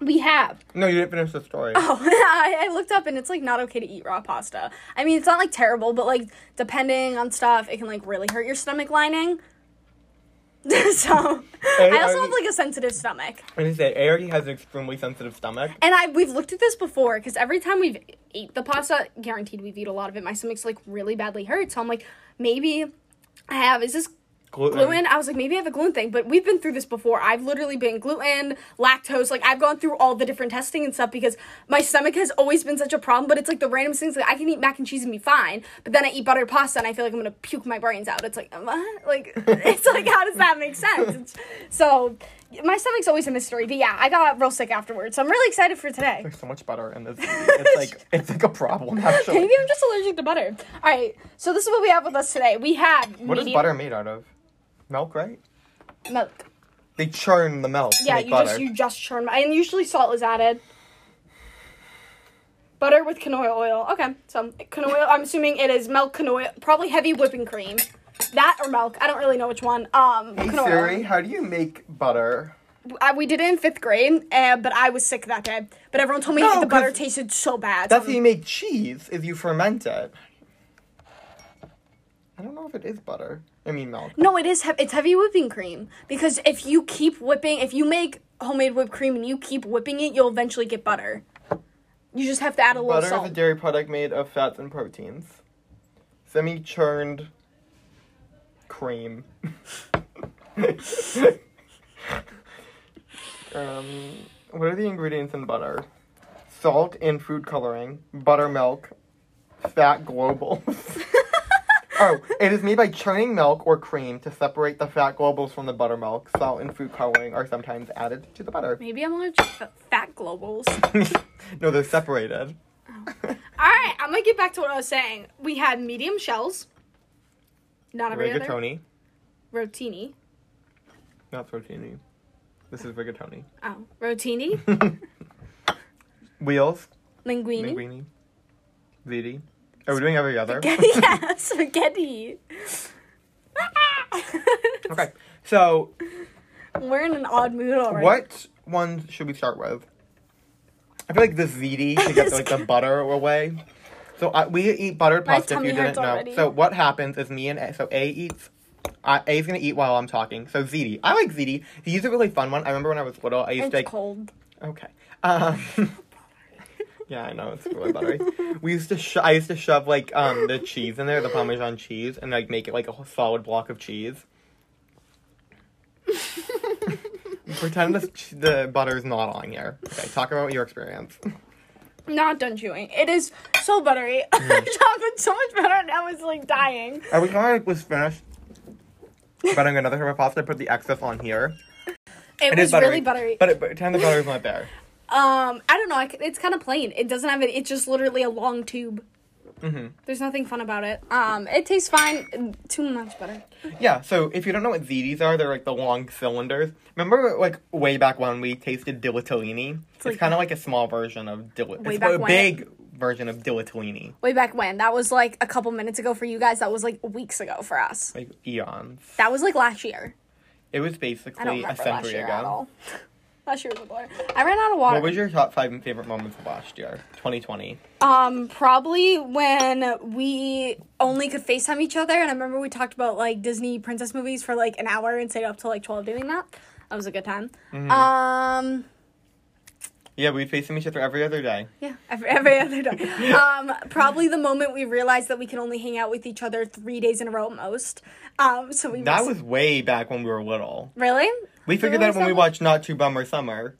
Speaker 1: we have
Speaker 2: No, you didn't finish the story.
Speaker 1: Oh, I, I looked up and it's like not okay to eat raw pasta. I mean, it's not like terrible, but like depending on stuff, it can like really hurt your stomach lining. so I also have like a sensitive stomach,
Speaker 2: I just say, Ari has an extremely sensitive stomach.
Speaker 1: and I we've looked at this before because every time we've ate the pasta, guaranteed we've eaten a lot of it. My stomach's like really badly hurt, so I'm like, maybe I have. Is this
Speaker 2: gluten.
Speaker 1: gluten. I was like, maybe I have a gluten thing, but we've been through this before. I've literally been gluten, lactose, like I've gone through all the different testing and stuff because my stomach has always been such a problem. But it's like the random things like I can eat mac and cheese and be fine, but then I eat buttered pasta and I feel like I'm gonna puke my brains out. It's like "Uh, what? Like it's like how does that make sense? It's, so my stomach's always a mystery. But yeah, I got real sick afterwards, so I'm really excited for today.
Speaker 2: There's so much butter and this. It's like it's like a problem actually.
Speaker 1: Maybe I'm just allergic to butter. All right, so this is what we have with us today. We have
Speaker 2: What is
Speaker 1: medium-
Speaker 2: butter made out of? Milk, right?
Speaker 1: milk.
Speaker 2: They churn the milk. to
Speaker 1: Yeah,
Speaker 2: make
Speaker 1: you
Speaker 2: butter.
Speaker 1: just you just churn, and usually salt is added. Butter with canola oil. Okay, so canola. oil, I'm assuming it is milk canola, probably heavy whipping cream, that or milk. I don't really know which one. Um,
Speaker 2: Hey
Speaker 1: canola.
Speaker 2: Siri, how do you make butter?
Speaker 1: I, we did it in fifth grade, uh, but I was sick that day. But everyone told me
Speaker 2: No,
Speaker 1: the butter
Speaker 2: 'cause
Speaker 1: tasted so bad.
Speaker 2: That's
Speaker 1: so-
Speaker 2: how you make cheese. Is you ferment it. I don't know if it is butter. I mean milk.
Speaker 1: No, it is. He- it's heavy whipping cream because if you keep whipping, if you make homemade whipped cream and you keep whipping it, you'll eventually get butter. You just have to add a little
Speaker 2: Butter
Speaker 1: salt.
Speaker 2: is a dairy product made of fats and proteins. Semi churned cream. um, what are the ingredients in butter? Salt and food coloring, buttermilk, fat globules. oh, it is made by churning milk or cream to separate the fat globules from the buttermilk. Salt and food coloring are sometimes added to the butter.
Speaker 1: Maybe I'm allergic to fat globals.
Speaker 2: no, they're separated.
Speaker 1: All right, I'm gonna get back to what I was saying. We had medium shells, not every other
Speaker 2: Rigatoni.
Speaker 1: rotini.
Speaker 2: Not rotini. This is rigatoni.
Speaker 1: Oh, rotini,
Speaker 2: Wheels.
Speaker 1: linguine.
Speaker 2: Linguini. Ziti. Are we doing every other?
Speaker 1: yeah, spaghetti.
Speaker 2: Okay. So,
Speaker 1: We're in an odd mood already.
Speaker 2: what ones should we start with? I feel like the ziti to get like the butter away. So I, we eat buttered
Speaker 1: My
Speaker 2: pasta. If
Speaker 1: tummy
Speaker 2: you didn't
Speaker 1: hurts
Speaker 2: know,
Speaker 1: already.
Speaker 2: so what happens is me and A, so A eats. I, A's gonna eat while I'm talking. So ziti. I like ziti. Ziti's a really fun one. I remember when I was little, I used
Speaker 1: It's
Speaker 2: to like
Speaker 1: cold.
Speaker 2: Okay. Um, yeah, I know it's really buttery. we used to sho- I used to shove like um the cheese in there, the Parmesan cheese, and like make it like a whole solid block of cheese. Pretend the ch- the butter is not on here. Okay, talk about your experience.
Speaker 1: Not done chewing. It is so buttery.
Speaker 2: Mm.
Speaker 1: Chocolate's so much better now. It's like dying.
Speaker 2: Every time I was finished, but I'm another type of pasta. Put the excess on here.
Speaker 1: It,
Speaker 2: It
Speaker 1: was
Speaker 2: is buttery,
Speaker 1: really buttery.
Speaker 2: But it, but pretend the butter's not there.
Speaker 1: um, I don't know. I c it's kind of plain. It doesn't have it. It's just literally a long tube.
Speaker 2: hmm
Speaker 1: There's nothing fun about it. Um, it tastes fine. Too much butter.
Speaker 2: Yeah, so if you don't know what ZDs are, they're like the long cylinders. Remember, like, way back when we tasted Dilatellini? It's,
Speaker 1: like-
Speaker 2: kind of like a small version of Dilatellini.
Speaker 1: Way
Speaker 2: It's
Speaker 1: back
Speaker 2: a
Speaker 1: when.
Speaker 2: big version of Dilatellini.
Speaker 1: Way back when. That was like a couple minutes ago for you guys. That was like weeks ago for us.
Speaker 2: Like, eons.
Speaker 1: That was like last year.
Speaker 2: It was
Speaker 1: I don't
Speaker 2: basically a
Speaker 1: remember last
Speaker 2: century
Speaker 1: year at
Speaker 2: ago.
Speaker 1: all. last year was a blur. I ran out of water.
Speaker 2: What was your top five favorite moments of last year? 2020.
Speaker 1: Um, probably when we only could FaceTime each other, and I remember we talked about like Disney princess movies for like an hour and stayed up till like twelve doing that. That was a good time.
Speaker 2: Mm-hmm.
Speaker 1: Um,
Speaker 2: Yeah, we'd face each other every other day.
Speaker 1: yeah, every, every other day. um, probably the moment we realized that we can only hang out with each other three days in a row at most. Um, so we
Speaker 2: That was way back when we were little.
Speaker 1: really.
Speaker 2: We figured
Speaker 1: Really
Speaker 2: that when we
Speaker 1: summer?
Speaker 2: watched Not Too Bummer Summer.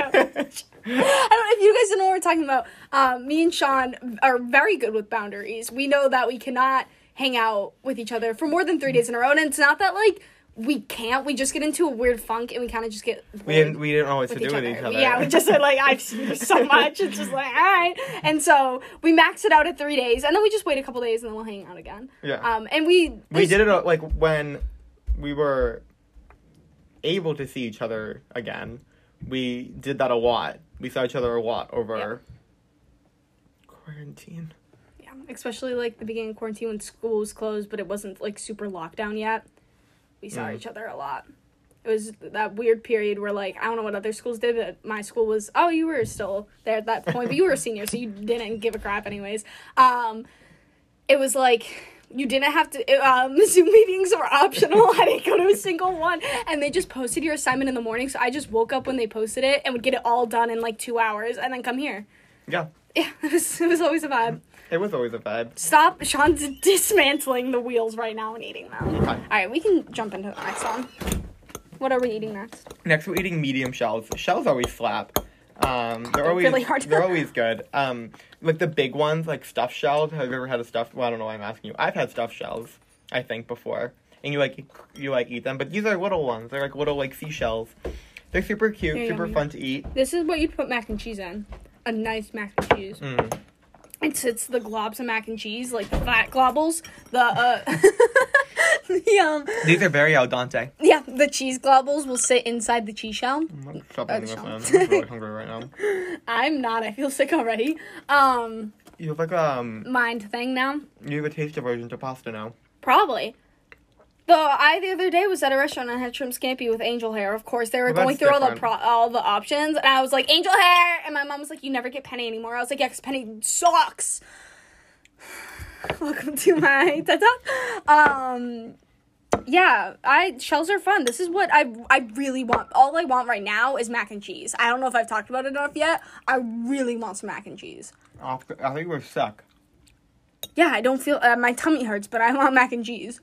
Speaker 1: I don't know if you guys don't know what we're talking about. Um, me and Sean are very good with boundaries. We know that we cannot hang out with each other for more than three days in a row, and it's not that like we can't. We just get into a weird funk, and we kind of just get.
Speaker 2: We
Speaker 1: bored
Speaker 2: didn't, we didn't know what to do with each other.
Speaker 1: Yeah, we just said like I've seen you so much. It's just like all right, and so we max it out at three days, and then we just wait a couple days, and then we'll hang out again.
Speaker 2: Yeah.
Speaker 1: Um, and we
Speaker 2: we did it uh, like when we were able to see each other again. We did that a lot. We saw each other a lot over quarantine.
Speaker 1: Yeah, especially like the beginning of quarantine when school was closed, but it wasn't like super lockdown yet. We saw
Speaker 2: Mm.
Speaker 1: each other a lot. It was that weird period where like I don't know what other schools did, but my school was oh you were still there at that point, but you were a senior, so you didn't give a crap anyways. Um, it was like you didn't have to it, um zoom meetings were optional i didn't go to a single one and they just posted your assignment in the morning so i just woke up when they posted it and would get it all done in like two hours and then come here
Speaker 2: Yeah.
Speaker 1: Yeah, it was, it was always a vibe.
Speaker 2: It was always a vibe.
Speaker 1: Stop. Sean's dismantling the wheels right now and eating them.
Speaker 2: Okay.
Speaker 1: All right, we can jump into the next one. What are we eating next?
Speaker 2: Next, we're eating medium shells. Shells always slap. Um, they're always
Speaker 1: really hard.
Speaker 2: they're always good. Um, like the big ones, like stuffed shells. Have you ever had a stuffed? Well, I don't know why I'm asking you. I've had stuffed shells, I think before, and you like you like eat them. But these are little ones. They're like little like seashells. They're super cute,
Speaker 1: They're
Speaker 2: super
Speaker 1: yummy.
Speaker 2: fun to eat.
Speaker 1: This is what you'd put mac and cheese in. A nice mac and cheese.
Speaker 2: Mm.
Speaker 1: It's it's the globs of mac and cheese, like the fat globbles, the uh, the um,
Speaker 2: These are very al dente.
Speaker 1: yeah, the cheese globbles will sit inside the cheese shell.
Speaker 2: I'm stop eating
Speaker 1: that's
Speaker 2: this
Speaker 1: Sean.
Speaker 2: one. I'm really hungry right now.
Speaker 1: I'm not. I feel sick already. Um,
Speaker 2: You have like um,
Speaker 1: mind thing now.
Speaker 2: you have a taste aversion to pasta now.
Speaker 1: Probably. Though I the other day was at a restaurant and I had shrimp scampi with angel hair. Of course, they were
Speaker 2: Well,
Speaker 1: going
Speaker 2: that's
Speaker 1: through all the
Speaker 2: different.
Speaker 1: pro- all the options, and I was like, angel hair, and my mom was like, you never get penny anymore. I was like, yeah, 'cause penny sucks. Welcome to my TED Talk. Um, yeah, I shells are fun. This is what I I really want. All I want right now is mac and cheese. I don't know if I've talked about it enough yet. I really want some mac and cheese.
Speaker 2: I think we're stuck.
Speaker 1: Yeah, I don't feel uh, my tummy hurts, but I want mac and cheese.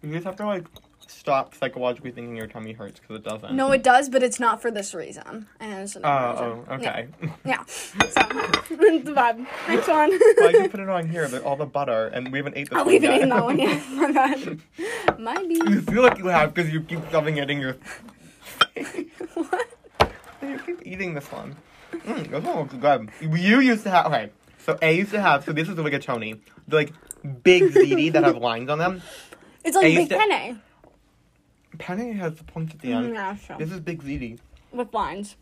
Speaker 2: You just have to like stop psychologically thinking your tummy hurts because it doesn't.
Speaker 1: No, it does, but it's not for this reason. And it's
Speaker 2: Oh,
Speaker 1: another reason.
Speaker 2: oh, okay.
Speaker 1: Yeah. yeah. So the vibe. Next one.
Speaker 2: well, I can put it on here, but all the butter, and we haven't ate this
Speaker 1: I'll
Speaker 2: one
Speaker 1: leave it
Speaker 2: yet.
Speaker 1: in that one. Yeah. My bad. Might be.
Speaker 2: You feel like you have because you keep shoving it in your.
Speaker 1: What?
Speaker 2: You keep eating this one. Mm, this one looks good. You used to have. Okay. So A used to have. So this is the rigatoni. The like big ziti that have lines on them.
Speaker 1: It's
Speaker 2: I
Speaker 1: like
Speaker 2: used
Speaker 1: big
Speaker 2: to-
Speaker 1: penne
Speaker 2: Penny has the points at the end.
Speaker 1: Yeah, sure.
Speaker 2: This is big ziti.
Speaker 1: with lines.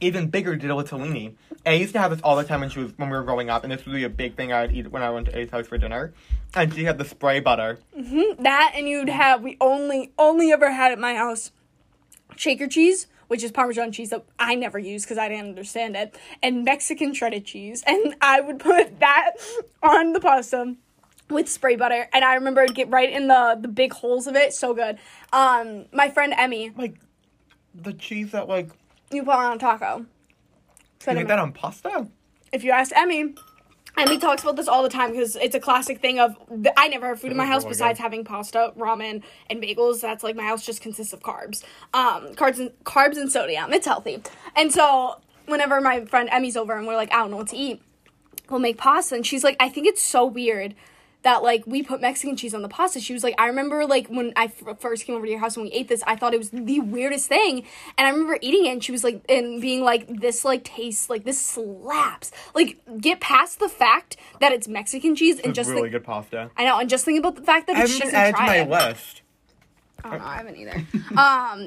Speaker 2: Even bigger dilatellini. A used to have this all the time when she was when we were growing up, and this was really a big thing I would eat when I went to A's house for dinner. And she had the spray butter.
Speaker 1: That and you'd have we only only ever had at my house shaker cheese, which is Parmesan cheese that I never used because I didn't understand it, and Mexican shredded cheese, and I would put that on the pasta with spray butter, and I remember it'd get right in the the big holes of it, so good. Um, my friend Emmy,
Speaker 2: Like the cheese that like
Speaker 1: you put on a taco.
Speaker 2: you make that on pasta.
Speaker 1: if you ask Emmy, Emmy talks about this all the time because it's a classic thing of th- I never have food in my house
Speaker 2: Oh my
Speaker 1: besides
Speaker 2: God.
Speaker 1: having pasta, ramen, and bagels. That's like my house just consists of carbs, um, carbs and carbs and sodium. It's healthy, and so whenever my friend Emmy's over and we're like, I don't know what to eat, we'll make pasta, and she's like, I think it's so weird. That like we put Mexican cheese on the pasta. She was like, I remember like when I f- first came over to your house and we ate this, I thought it was the weirdest thing. And I remember eating it and she was like, and being like, this like tastes like this slaps. Like get past the fact that it's Mexican cheese and
Speaker 2: It's
Speaker 1: just
Speaker 2: really
Speaker 1: think-
Speaker 2: good pasta.
Speaker 1: I know, and just think about the fact that
Speaker 2: I
Speaker 1: it's
Speaker 2: haven't
Speaker 1: cheese
Speaker 2: been
Speaker 1: and
Speaker 2: added to
Speaker 1: try
Speaker 2: my
Speaker 1: it.
Speaker 2: list.
Speaker 1: Oh no, I haven't either.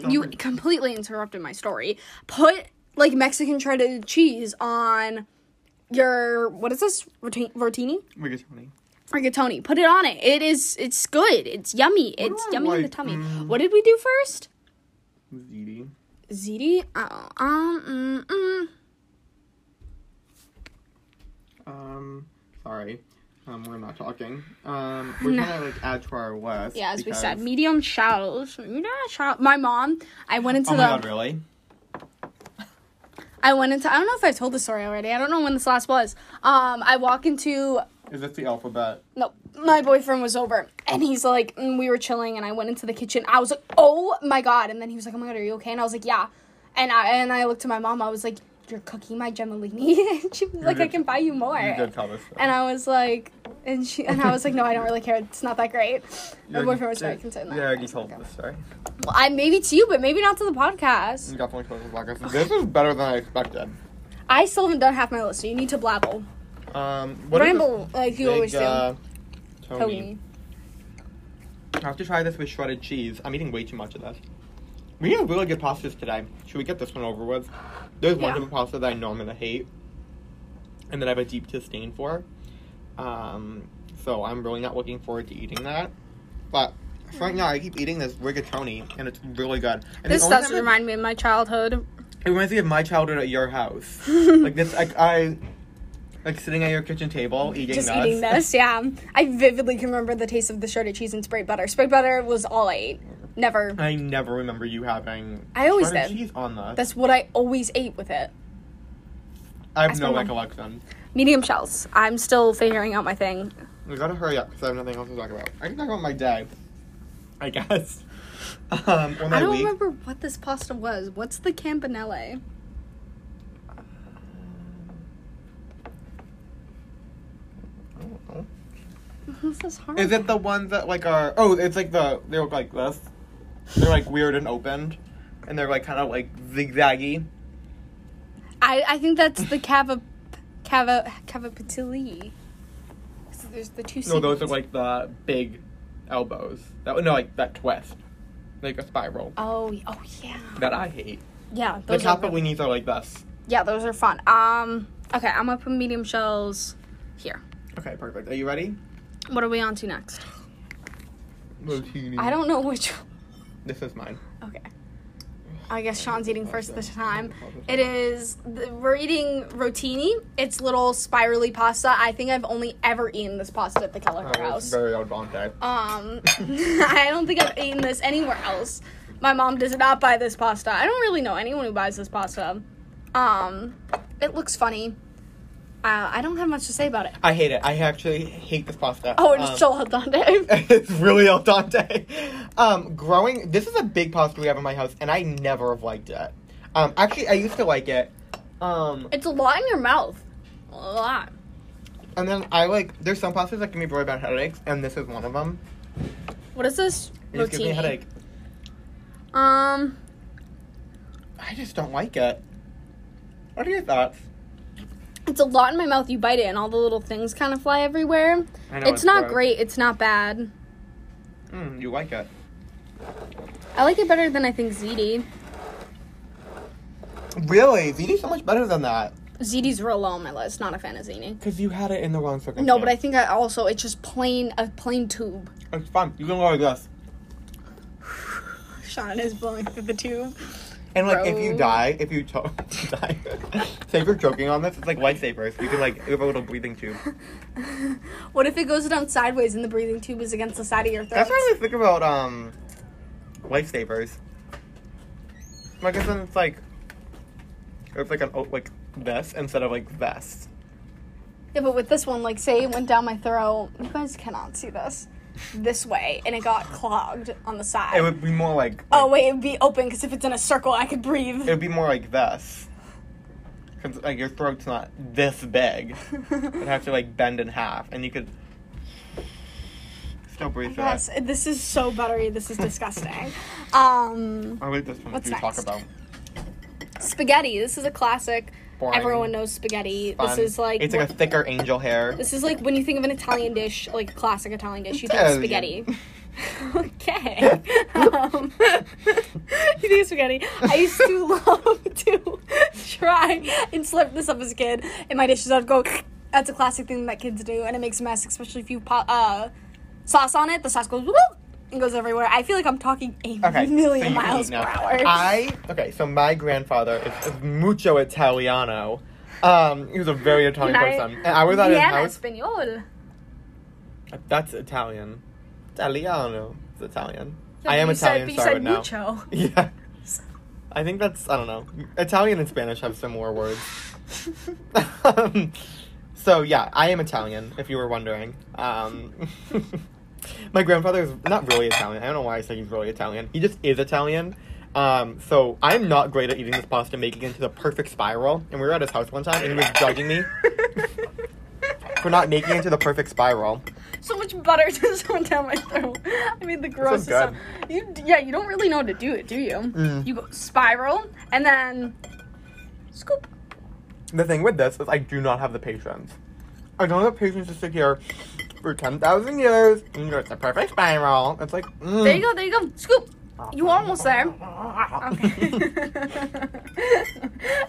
Speaker 1: Um, you completely interrupted my story. Put like Mexican shredded cheese on your what is this Roti- rotini
Speaker 2: Rigatoni.
Speaker 1: rigatoni? Put it on it. It is. It's good. It's yummy. It's
Speaker 2: I
Speaker 1: yummy in the
Speaker 2: like? Mm.
Speaker 1: tummy. What did we do first?
Speaker 2: Ziti.
Speaker 1: Ziti. Oh, um. Mm, mm.
Speaker 2: Um, sorry. Um, we're not talking. Um, we're
Speaker 1: No.
Speaker 2: gonna like add to our list.
Speaker 1: Yeah, as we
Speaker 2: because-
Speaker 1: said, medium shallows. Medium shallow. My mom. I went into
Speaker 2: Oh
Speaker 1: the.
Speaker 2: my god, really?
Speaker 1: I went into. I don't know if I told the story already. I don't know when this last was. Um, I walk into
Speaker 2: Is this the alphabet?
Speaker 1: no, my boyfriend was over and he's like, and we were chilling and I went into the kitchen. I was like, oh my god. And then he was like, oh my god, are you okay? And I was like, yeah. And I and I looked to my mom. I was like, you're cooking my gemolini. and she was like, I
Speaker 2: good.
Speaker 1: can buy you more.
Speaker 2: You did tell this.
Speaker 1: And I was like, and she and I was like, no, I don't really care. It's not that great. My
Speaker 2: You-
Speaker 1: boyfriend was very
Speaker 2: you-
Speaker 1: concerned.
Speaker 2: You
Speaker 1: That.
Speaker 2: already told this story.
Speaker 1: Well, I maybe to you, but maybe not to the podcast.
Speaker 2: You definitely told this podcast. This is better than I expected.
Speaker 1: I still haven't done half my list, so you need to blabble,
Speaker 2: Um, what is
Speaker 1: ramble like
Speaker 2: this
Speaker 1: you always
Speaker 2: big,
Speaker 1: do.
Speaker 2: uh, Tony.
Speaker 1: Tony.
Speaker 2: I have to try this with shredded cheese. I'm eating way too much of this. We have really good pastas today. Should we get this one over with? There's one
Speaker 1: Yeah.
Speaker 2: type of pasta that I know I'm gonna hate, and that I have a deep disdain for. Um, so I'm really not looking forward to eating that. But right now, I keep eating this rigatoni, and it's really good. And the
Speaker 1: This
Speaker 2: only
Speaker 1: does
Speaker 2: time I-
Speaker 1: remind me of my childhood.
Speaker 2: It reminds me of my childhood at your house. like this, like I, like sitting at your kitchen table eating
Speaker 1: just
Speaker 2: this.
Speaker 1: eating this. Yeah, I vividly can remember the taste of the shredded cheese and sprayed butter. Sprayed butter was all I ate. Never.
Speaker 2: I never remember you having.
Speaker 1: I always
Speaker 2: shredded
Speaker 1: did.
Speaker 2: cheese on this.
Speaker 1: That's what I always ate with it.
Speaker 2: I have no
Speaker 1: spelled wrong.
Speaker 2: recollection.
Speaker 1: Medium shells. I'm still figuring out my thing.
Speaker 2: We gotta hurry up because I have nothing else to talk about. I can talk about my day, I guess. Um, or my
Speaker 1: I don't
Speaker 2: week.
Speaker 1: remember what this pasta was. What's the campanelle?
Speaker 2: I don't know.
Speaker 1: This is hard.
Speaker 2: Is it the ones that like are? Oh, it's like the they look like this. They're like weird and opened, and they're like kind of like zigzaggy.
Speaker 1: I, I think that's the cava cava cavapatilli. So there's the two.
Speaker 2: No, those are
Speaker 1: segments.
Speaker 2: like the big elbows. That no, like that twist, like a spiral
Speaker 1: Oh, y- oh yeah.
Speaker 2: that I hate.
Speaker 1: Yeah,
Speaker 2: The
Speaker 1: those are.
Speaker 2: capawinis are like this.
Speaker 1: Yeah, those are fun. Um, okay, I'm gonna put medium shells here.
Speaker 2: Okay, perfect. Are you ready?
Speaker 1: What are we on to next?
Speaker 2: Rotini.
Speaker 1: I don't know which.
Speaker 2: This is mine.
Speaker 1: Okay. I guess Sean's eating first this time. It is the, we're eating rotini. It's little spirally pasta. I think I've only ever eaten this pasta at the Keller
Speaker 2: Oh, it's
Speaker 1: House.
Speaker 2: very al dente.
Speaker 1: Um, I don't think I've eaten this anywhere else. My mom does not buy this pasta. I don't really know anyone who buys this pasta. Um, it looks funny. Uh, I don't have much to say about it.
Speaker 2: I hate it. I actually hate this pasta.
Speaker 1: Oh, it's
Speaker 2: Um,
Speaker 1: so hot on Dave.
Speaker 2: it's really al dente. Um, growing this is a big pasta we have in my house, and I never have liked it. Um, actually, I used to like it. Um,
Speaker 1: It's a lot in your mouth. A lot.
Speaker 2: and then I like there's some pastas that give me really bad headaches, and this is one of them.
Speaker 1: What is this?
Speaker 2: It just gives me a
Speaker 1: Rotini.
Speaker 2: headache.
Speaker 1: Um,
Speaker 2: I just don't like it. What are your thoughts?
Speaker 1: it's a lot in my mouth. You bite it, and all the little things kind of fly everywhere.
Speaker 2: I
Speaker 1: it's, not great. It's not bad.
Speaker 2: Mm, you like it.
Speaker 1: I like it better than I think ziti.
Speaker 2: Really? Ziti's so much better than that.
Speaker 1: Ziti's real low on my list. Not a fan of ziti.
Speaker 2: Because you had it in the wrong circumstance.
Speaker 1: No, but I think I also it's just plain a plain tube.
Speaker 2: It's fun. You can go like this.
Speaker 1: Sean is blowing through the tube.
Speaker 2: And like, if you
Speaker 1: Bro.
Speaker 2: die, if you to- die, say if you're joking on this, it's like lifesavers. You can like, you have a little breathing tube.
Speaker 1: What if it goes down sideways and the breathing tube is against the side of your throat?
Speaker 2: That's what I always think about um, lifesavers. Like, 'cause then it's like, it's like an o- like this instead of like vest.
Speaker 1: Yeah, but with this one, like say it went down my throat. You guys cannot see this. This way, and it got clogged on the side.
Speaker 2: It would be more like.
Speaker 1: oh wait, it'd be open because if it's in a circle, I could breathe.
Speaker 2: It would be more like this. Cause like your throat's not this big. It'd have to like bend in half, and you could still breathe through
Speaker 1: yes,
Speaker 2: it.
Speaker 1: this is so buttery. This is disgusting. um,
Speaker 2: I like this one.
Speaker 1: What's
Speaker 2: you talk
Speaker 1: next?
Speaker 2: about.
Speaker 1: spaghetti. This is a classic.
Speaker 2: Boring.
Speaker 1: Everyone knows spaghetti.
Speaker 2: Fun.
Speaker 1: This is like
Speaker 2: it's like a thicker angel hair.
Speaker 1: This is like when you think of an Italian dish, like classic Italian dish, you
Speaker 2: Oh,
Speaker 1: think of spaghetti.
Speaker 2: Italian.
Speaker 1: okay. um, you think of spaghetti. I used to love to try and slurp this up as a kid, and my dishes I'd go. That's a classic thing that kids do, and it makes a mess, especially if you pop uh, sauce on it. The sauce goes whoop and goes everywhere. I feel like I'm talking a
Speaker 2: Okay, so you
Speaker 1: million
Speaker 2: can
Speaker 1: miles
Speaker 2: eat
Speaker 1: per
Speaker 2: now.
Speaker 1: hour.
Speaker 2: I okay. So my grandfather is mucho Italiano. Um, he was a very Italian
Speaker 1: And I-
Speaker 2: person. And I was at his
Speaker 1: Vienna
Speaker 2: house.
Speaker 1: Espanol.
Speaker 2: That's Italian. Italiano. It's Italian.
Speaker 1: Yeah,
Speaker 2: I am
Speaker 1: you
Speaker 2: Italian,
Speaker 1: said,
Speaker 2: so I would know.
Speaker 1: but you said mucho.
Speaker 2: Yeah. I think that's I don't know. Italian and Spanish have similar words. um, so yeah, I am Italian. If you were wondering, um, my grandfather is not really Italian. I don't know why I say he's really Italian. He just is Italian. Um, so I'm not great at eating this pasta, making it into the perfect spiral. And we were at his house one time, and he was judging me for not making it into the perfect spiral.
Speaker 1: so much butter just went down my throat. I mean, the grossest.
Speaker 2: good.
Speaker 1: Sound. You d- yeah, you don't really know how to do it, do you?
Speaker 2: Mm.
Speaker 1: You go spiral and then scoop.
Speaker 2: The thing with this is I do not have the patience. I don't have the patience to sit here for 10,000 years and go, it's the perfect spiral. It's like, mm.
Speaker 1: There you go. There you go. Scoop. You were almost there.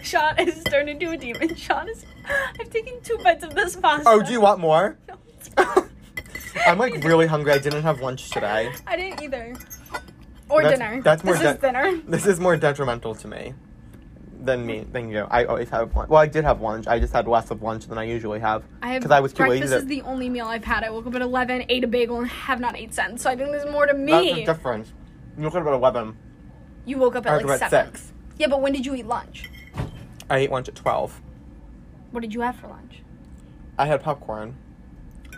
Speaker 1: Sean is turned into a demon. Sean is. I've taken two bites of this pasta.
Speaker 2: Oh, do you want more? I'm
Speaker 1: You
Speaker 2: like
Speaker 1: didn't-
Speaker 2: really hungry. I didn't have lunch today.
Speaker 1: I didn't either. Or
Speaker 2: That's-
Speaker 1: dinner.
Speaker 2: that's more
Speaker 1: This is
Speaker 2: de-
Speaker 1: dinner.
Speaker 2: This is more detrimental to me than me, than you. I always have lunch. Well, I did have lunch. I just had less of lunch than I usually have.
Speaker 1: I have
Speaker 2: 'Cause I was too lazy
Speaker 1: breakfast is
Speaker 2: to-
Speaker 1: the only meal I've had. I woke up at eleven, ate a bagel, and have not ate since. So I think there's more to
Speaker 2: That's the
Speaker 1: me.
Speaker 2: difference. You look at about 11.
Speaker 1: you woke up
Speaker 2: I
Speaker 1: at
Speaker 2: was
Speaker 1: like
Speaker 2: about
Speaker 1: seven.
Speaker 2: 6.
Speaker 1: Yeah, but when did you eat lunch?
Speaker 2: I ate lunch at 12.
Speaker 1: What did you have for lunch?
Speaker 2: I had popcorn.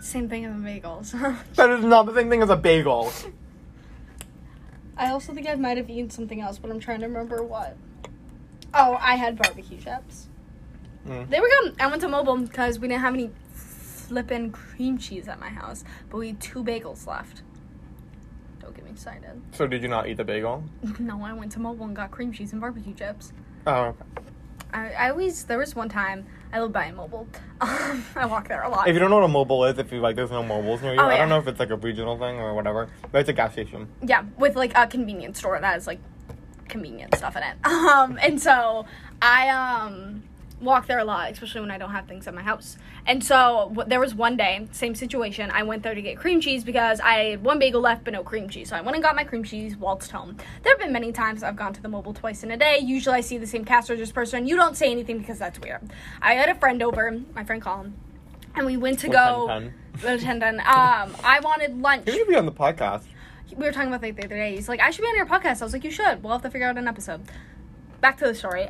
Speaker 1: Same thing as the bagels.
Speaker 2: That is not the same thing as a bagel.
Speaker 1: I also think I might have eaten something else, but I'm trying to remember what. Oh, I had barbecue chips.
Speaker 2: Mm.
Speaker 1: They were good. I went to Mobile because we didn't have any flippin' cream cheese at my house, but we had two bagels left. Don't get me excited.
Speaker 2: So did you not eat the bagel?
Speaker 1: No, I went to Mobile and got cream cheese and barbecue chips.
Speaker 2: Oh, okay.
Speaker 1: I, I always there was one time I lived by a Mobile. Um, I walk there a lot.
Speaker 2: If you don't know what a mobile is, if you like, there's no mobiles near you.
Speaker 1: Oh,
Speaker 2: I
Speaker 1: yeah.
Speaker 2: don't know if it's like a regional thing or whatever, but it's a gas station.
Speaker 1: yeah, with like a convenience store that has like convenient stuff in it. Um, and so I um walk there a lot, especially when I don't have things at my house. And so w- there was one day, same situation. I went there to get cream cheese because I had one bagel left, but no cream cheese. So I went and got my cream cheese, waltzed home. There have been many times I've gone to the mobile twice in a day. Usually I see the same cash register person. You don't say anything because that's weird. I had a friend over, my friend Colin, and we went to
Speaker 2: With
Speaker 1: go.
Speaker 2: 10.
Speaker 1: Little Ten Ten. Um, I wanted lunch
Speaker 2: You should be on the podcast.
Speaker 1: we were talking about like the other day. He's like, I should be on your podcast. I was like, you should. We'll have to figure out an episode. Back to the story. Um,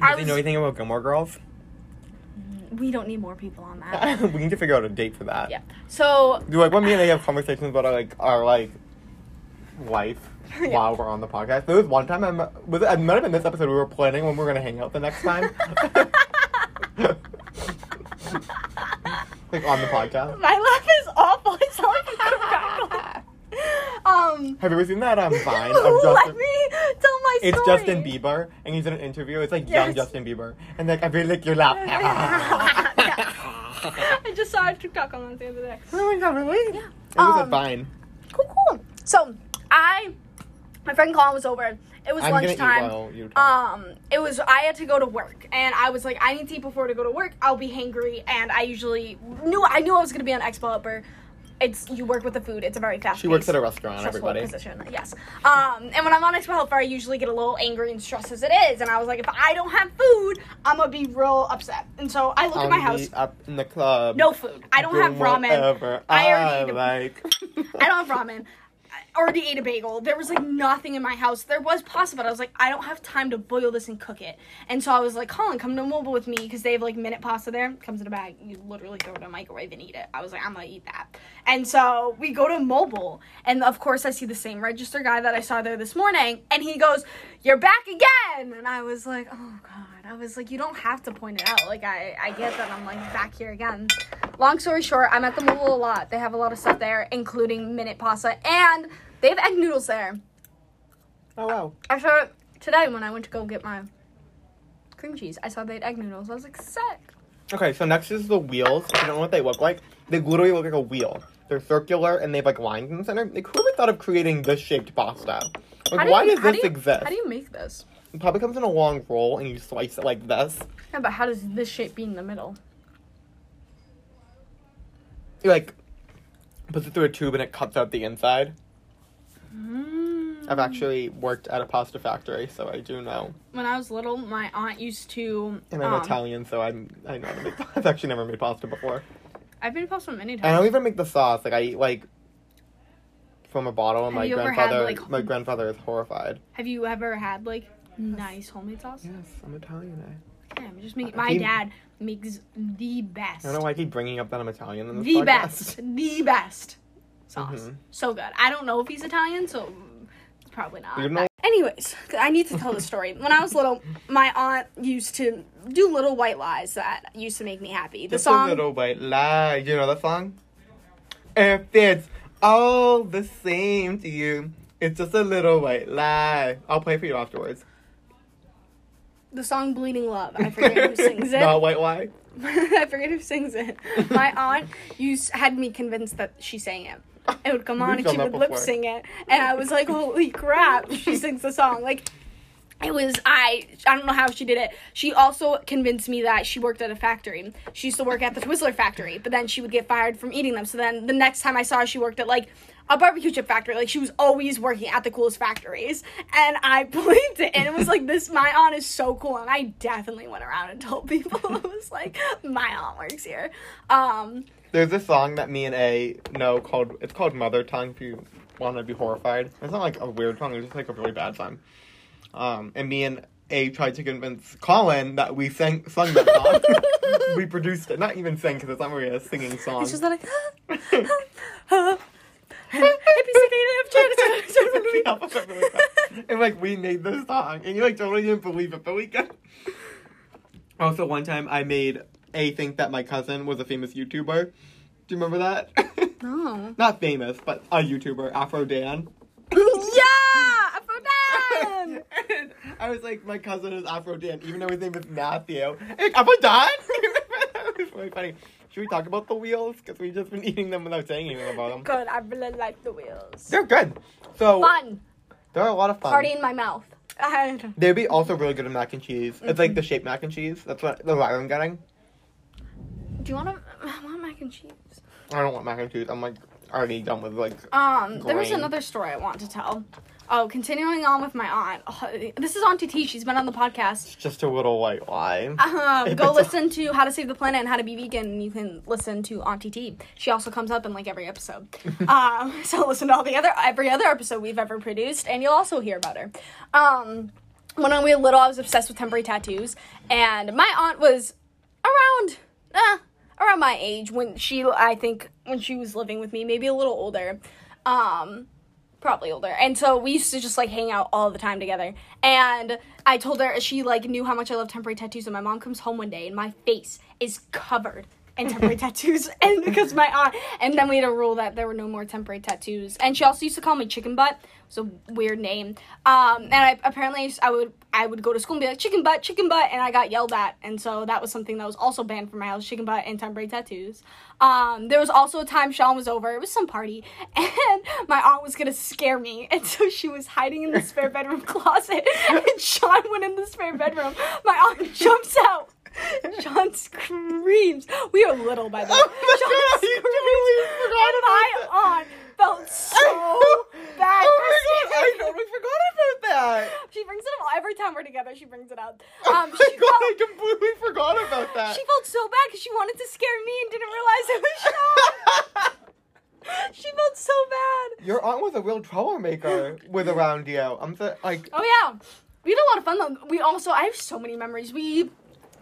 Speaker 1: I
Speaker 2: Do you
Speaker 1: was.
Speaker 2: know anything about Gilmore Girls?
Speaker 1: We don't need more people on that.
Speaker 2: we need to figure out a date for that.
Speaker 1: yeah. So
Speaker 2: Do like when me and I have conversations about our like our like life while we're on the podcast. There was one time I am was it, I might have been this episode we were planning when we were gonna hang out the next time. like on the podcast.
Speaker 5: My laugh is awful. It's not like I'm gonna
Speaker 1: um.
Speaker 2: Have you ever seen that? I'm fine. I'm Justin.
Speaker 1: Let me tell my story.
Speaker 2: It's Justin Bieber, and he's in an interview. It's like young
Speaker 1: Yes.
Speaker 2: Justin Bieber, and like I really like your laugh.
Speaker 1: I just saw a TikTok on that the other day.
Speaker 2: oh my god, really? Yeah. It was
Speaker 1: Um,
Speaker 2: fine.
Speaker 1: Cool, cool. So I, my friend Colin was over. It was
Speaker 2: I'm gonna eat
Speaker 1: lunchtime.
Speaker 2: while you talk.
Speaker 1: um it was i had to go to work and i was like i need to eat before to go to work i'll be hangry and i usually knew i knew i was going to be on expo helper it's you work with the food it's a very fast
Speaker 2: she works at a restaurant.
Speaker 1: stressful
Speaker 2: Everybody.
Speaker 1: position yes um and when i'm on expo helper i usually get a little angry and stressed as it is and i was like if i don't have food i'm gonna be real upset and so i look
Speaker 2: I'll
Speaker 1: at my
Speaker 2: be
Speaker 1: house
Speaker 2: up in the club.
Speaker 1: no food i don't have
Speaker 2: doing
Speaker 1: ramen
Speaker 2: whatever
Speaker 1: i already ate a
Speaker 2: like.
Speaker 1: I don't have ramen. I already ate a bagel. There was like nothing in my house. There was pasta, but I was like, I don't have time to boil this and cook it. And so I was like, Colin, come to mobile with me because they have like minute pasta there. Comes in a bag. You literally throw it in the microwave and eat it. I was like, I'm gonna eat that. And so we go to mobile, and of course I see the same register guy that I saw there this morning, and he goes, You're back again. And I was like, Oh god. I was like, you don't have to point it out. Like I, I get that I'm like back here again. Long story short, I'm at the mobile a lot. They have a lot of stuff there, including minute pasta, and they have egg noodles there.
Speaker 2: Oh wow.
Speaker 1: I saw it today when I went to go get my cream cheese. I saw they had egg noodles. I was like, sick.
Speaker 2: Okay, so next is the wheels. If you don't know what they look like, they literally look like a wheel. They're circular and they have like lines in the center. Like whoever thought of creating this shaped pasta?
Speaker 1: How
Speaker 2: Like
Speaker 1: do
Speaker 2: why
Speaker 1: you-
Speaker 2: does
Speaker 1: how
Speaker 2: this
Speaker 1: do you-
Speaker 2: exist?
Speaker 1: How do you make this?
Speaker 2: It probably comes in a long roll and you slice it like this.
Speaker 1: Yeah, but how does this shape be in the middle?
Speaker 2: You like puts it through a tube and it cuts out the inside. I've actually worked at a pasta factory, so I do know.
Speaker 1: When I was little, my aunt used to.
Speaker 2: And I'm
Speaker 1: um,
Speaker 2: Italian, so I'm I know how to make. I've actually never made pasta before.
Speaker 1: I've been pasta many times.
Speaker 2: And I don't even make the sauce. Like I eat like from a bottle, and
Speaker 1: Have
Speaker 2: my
Speaker 1: you ever had,
Speaker 2: grandfather,
Speaker 1: like,
Speaker 2: my grandfather is horrified.
Speaker 1: Have you ever had like nice homemade sauce?
Speaker 2: Yes, I'm Italian. eh? I,
Speaker 1: Yeah, I'm just making.
Speaker 2: Uh,
Speaker 1: My
Speaker 2: he-
Speaker 1: dad makes the best,
Speaker 2: I don't know why I keep bringing up that I'm Italian in this
Speaker 1: the
Speaker 2: podcast.
Speaker 1: best, the best sauce.
Speaker 2: Mhm.
Speaker 1: So good. I don't know if he's Italian, so mm, it's probably not.
Speaker 2: You know-
Speaker 1: Anyways, I need to tell the story. When I was little, my aunt used to do little white lies that used to make me happy. The
Speaker 2: Just
Speaker 1: song.
Speaker 2: a little white lie. You know that song? If it's all the same to you, it's just a little white lie. I'll play for you afterwards.
Speaker 1: the song "Bleeding Love." I forget who sings it.
Speaker 2: Not white lie.
Speaker 1: I forget who sings it. My aunt used had me convinced that she sang it. It would come on
Speaker 2: We've
Speaker 1: and she
Speaker 2: done that
Speaker 1: would lip
Speaker 2: before.
Speaker 1: sing it, and I was like, "Holy crap!" She sings the song. Like it was I. I don't know how she did it. She also convinced me that she worked at a factory. She used to work at the Twizzler factory, but then she would get fired from eating them. So then the next time I saw her, she worked at like a barbecue chip factory. Like she was always working at the coolest factories, and I believed it. And it was like this. My aunt is so cool, and I definitely went around and told people. it was like my aunt works here. Um,
Speaker 2: There's this song that me and A know called it's called Mother Tongue if you wanna be horrified. It's not like a weird song, it's just like a really bad song. Um and me and A tried to convince Colin that we sang sung that song. we produced it, not even sang because it's not really a singing song.
Speaker 1: It's just like, happy
Speaker 2: The alphabet really fast. and like we made this song, and you like totally didn't believe it, but we got. Also, one time I made A think that my cousin was a famous YouTuber. Do you remember that?
Speaker 1: No.
Speaker 2: Not famous, but a YouTuber, Afro Dan.
Speaker 1: yeah, Aphrodite.
Speaker 2: And I was like, my cousin is Afro Dan, even though his name is Matthew. And, like, Afro Dan? that was really funny. Should we talk about the wheels? Because we've just been eating them without saying anything about them.
Speaker 1: Good. I really like the wheels.
Speaker 2: They're good. So
Speaker 1: Fun.
Speaker 2: they're a lot of fun.
Speaker 1: Party in my mouth. I don't-
Speaker 2: They'd be also really good at mac and cheese. It's like
Speaker 1: Mm-hmm.
Speaker 2: the shaped mac and cheese. That's what the what I'm getting.
Speaker 1: Do you want to? I want mac and cheese.
Speaker 2: I don't want mac and cheese. I'm like already done with like.
Speaker 1: Um, there was
Speaker 2: Green.
Speaker 1: another story I want to tell. Oh, continuing on with my aunt. Oh, this is Auntie T. She's been on the podcast.
Speaker 2: It's just a little white lie.
Speaker 1: Um,
Speaker 2: If
Speaker 1: go
Speaker 2: it's a-
Speaker 1: listen to How to Save the Planet and How to Be Vegan, and you can listen to Auntie T. She also comes up in like every episode. um, so listen to all the other every other episode we've ever produced, and you'll also hear about her. Um, when I was little, I was obsessed with temporary tattoos, and my aunt was around uh, around my age when she I think when she was living with me, maybe a little older. Um probably older. And so we used to just like hang out all the time together. And I told her she like knew how much I love temporary tattoos and my mom comes home one day and my face is covered in temporary tattoos and because my aunt and then we had a rule that there were no more temporary tattoos. And she also used to call me chicken butt. It's a weird name. Um and I apparently I would I would go to school and be like chicken butt, chicken butt and I got yelled at. And so that was something that was also banned from my house, chicken butt and temporary tattoos. Um there was also a time Sean was over. It was some party and my aunt was gonna scare me, and so she was hiding in the spare bedroom closet. And Sean went in the spare bedroom. My aunt jumps out. Sean screams. We are little by the way. Sean
Speaker 2: Oh God, you totally forgot
Speaker 1: and my aunt felt so bad.
Speaker 2: Oh my god! I
Speaker 1: for screaming.
Speaker 2: totally forgot about that.
Speaker 1: She brings it up every time we're together. She brings it up.
Speaker 2: Oh
Speaker 1: Um,
Speaker 2: my
Speaker 1: she
Speaker 2: god!
Speaker 1: felt
Speaker 2: I completely forgot about that.
Speaker 1: she felt so bad because she wanted to scare me and didn't realize it was Sean. she felt so bad.
Speaker 2: Your aunt was a real troublemaker with around you. I'm so, like,
Speaker 1: Oh yeah, we had a lot of fun though. We also I have so many memories. We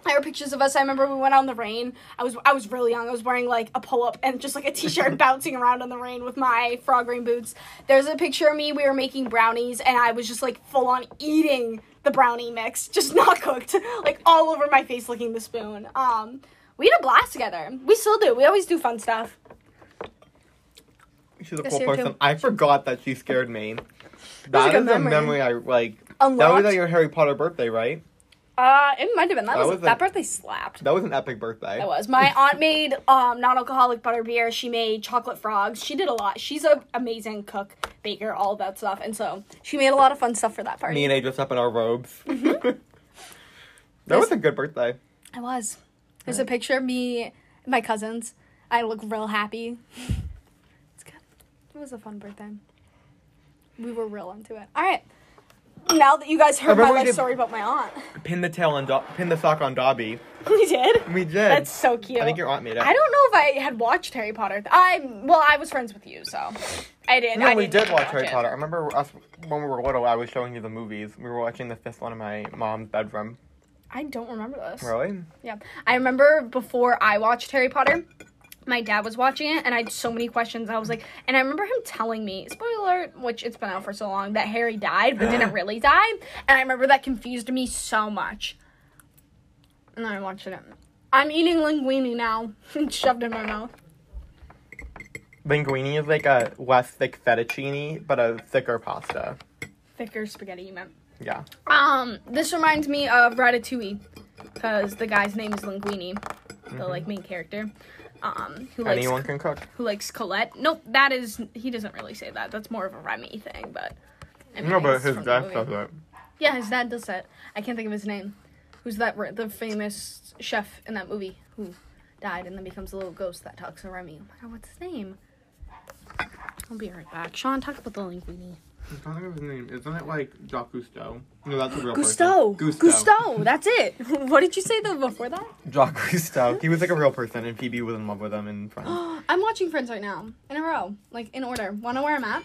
Speaker 1: there are pictures of us. I remember we went out in the rain. I was I was really young. I was wearing like a pull up and just like a t shirt bouncing around in the rain with my frog green boots. There's a picture of me. We were making brownies and I was just like full on eating the brownie mix, just not cooked, like all over my face, licking the spoon. Um, we had a blast together. We still do. We always do fun stuff.
Speaker 2: she's a
Speaker 1: Yes,
Speaker 2: cool
Speaker 1: you're
Speaker 2: person.
Speaker 1: too.
Speaker 2: I forgot that she scared me. That
Speaker 1: good
Speaker 2: is a
Speaker 1: memory.
Speaker 2: memory I like. That was
Speaker 1: Unlocked.
Speaker 2: at your Harry Potter birthday, right?
Speaker 1: Uh, it might have been that,
Speaker 2: That
Speaker 1: was,
Speaker 2: was a-
Speaker 1: that birthday slapped.
Speaker 2: That was an epic birthday.
Speaker 1: That was. My aunt made um, non-alcoholic butter beer. She made chocolate frogs. She did a lot. She's an amazing cook, baker, all that stuff. And so she made a lot of fun stuff for that
Speaker 2: Me
Speaker 1: party.
Speaker 2: and A dressed up in our robes.
Speaker 1: Mm-hmm.
Speaker 2: that was a good birthday.
Speaker 1: I was. There's a picture of me and my cousins. I look real happy. it's good. It was a fun birthday. We were real into it. All right. Now that you guys heard
Speaker 2: remember
Speaker 1: my
Speaker 2: we
Speaker 1: life
Speaker 2: did-
Speaker 1: story about my aunt,
Speaker 2: Pin the tail on Do- pin the sock on Dobby.
Speaker 1: we did.
Speaker 2: We did.
Speaker 1: That's so cute.
Speaker 2: I think your aunt made it.
Speaker 1: I don't know if I had watched Harry Potter. I well, I was friends with you, so I didn't.
Speaker 2: No,
Speaker 1: I
Speaker 2: we
Speaker 1: didn't
Speaker 2: did watch
Speaker 1: watch
Speaker 2: Harry
Speaker 1: it.
Speaker 2: Potter. I remember us when we were little. I was showing you the movies. We were watching the fifth one in my mom's bedroom.
Speaker 1: I don't remember this.
Speaker 2: Really?
Speaker 1: Yeah, I remember before I watched Harry Potter, my dad was watching it, and I had so many questions. I was like, and I remember him telling me, spoiler alert, which it's been out for so long, that Harry died but didn't really die, and I remember that confused me so much. And I watched it. I'm eating linguine now. It's shoved in my mouth.
Speaker 2: Linguine is like a less thick fettuccine, but a thicker pasta.
Speaker 1: Thicker spaghetti, you meant.
Speaker 2: Yeah.
Speaker 1: Um, this reminds me of Ratatouille, because the guy's name is Linguini, the like main character, um, who likes
Speaker 2: Mm-hmm. Anyone can cook.
Speaker 1: who likes Colette. Nope, that is he doesn't really say that. That's more of a Remy thing, but I mean,
Speaker 2: No, but
Speaker 1: it's
Speaker 2: his
Speaker 1: from the
Speaker 2: dad
Speaker 1: movie.
Speaker 2: does it.
Speaker 1: Yeah, his dad does that. I can't think of his name. Who's that? re- The famous chef in that movie who died and then becomes a little ghost that talks to Remy. Oh my god, what's his name? I'll be right back. Sean, talk about the linguini.
Speaker 2: I can't think of his name. Isn't it like Jacques Cousteau? No, that's a real
Speaker 1: Gusto.
Speaker 2: person.
Speaker 1: Gusto. That's it. what did you say though before that?
Speaker 2: Jacques Cousteau. He was like a real person, and Phoebe was in love with him in France.
Speaker 1: I'm watching Friends right now in a row, like in order. Wanna know where I'm at?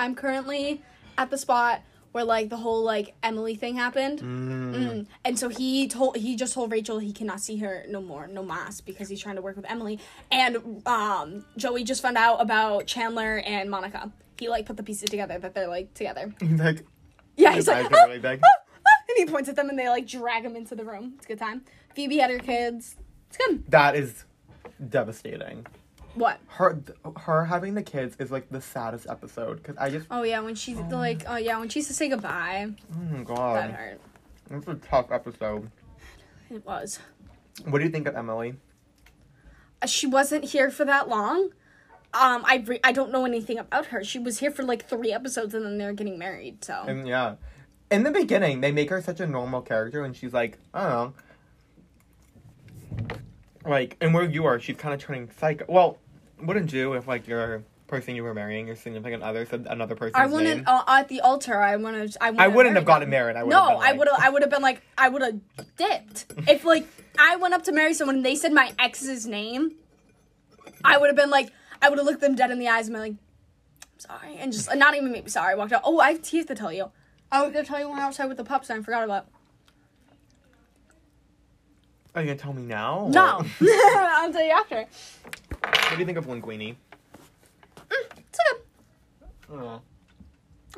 Speaker 1: I'm currently at the spot where like the whole like Emily thing happened. Mm. And so he told he just told Rachel he cannot see her no more, no mas, because he's trying to work with Emily. And um, Joey just found out about Chandler and Monica. He like put the pieces together that they're like together.
Speaker 2: like,
Speaker 1: Yeah,
Speaker 2: his
Speaker 1: he's
Speaker 2: eyes
Speaker 1: like,
Speaker 2: are really big.
Speaker 1: and he points at them and they like drag him into the room. It's a good time. Phoebe had her kids. It's good.
Speaker 2: That is devastating.
Speaker 1: What?
Speaker 2: Her, her having the kids is like the saddest episode because I just,
Speaker 1: Oh yeah, when she's like, oh yeah, when she used to say goodbye.
Speaker 2: oh my
Speaker 1: That
Speaker 2: god,
Speaker 1: hurt.
Speaker 2: it's a tough episode.
Speaker 1: It was.
Speaker 2: What do you think of Emily?
Speaker 1: Uh, She wasn't here for that long. Um, I re- I don't know anything about her. She was here for like three episodes, and then they're getting married. So
Speaker 2: And yeah, in the beginning, they make her such a normal character, and she's like, I don't know. Like, and where you are, she's kind of turning psycho. Well, wouldn't you if like your person you were marrying, your significant other, said another person's
Speaker 1: I
Speaker 2: name?
Speaker 1: wouldn't uh, at the altar. I want to. I,
Speaker 2: I wouldn't have
Speaker 1: married
Speaker 2: gotten
Speaker 1: them.
Speaker 2: married. I would
Speaker 1: No,
Speaker 2: have been
Speaker 1: I
Speaker 2: like-
Speaker 1: would have. I would have been like, I would have dipped. If like I went up to marry someone and they said my ex's name, I would have been like, I would have looked them dead in the eyes and been like, I'm sorry, and just not even maybe sorry. Walked out. Oh, I have teeth to tell you. I was gonna tell you when I was outside with the pups and I forgot about.
Speaker 2: Are you "Oh, gonna tell me now? or-
Speaker 1: No, I'll tell you after. Mm,
Speaker 2: what do you think of Linguini?
Speaker 1: It's okay.
Speaker 2: Oh,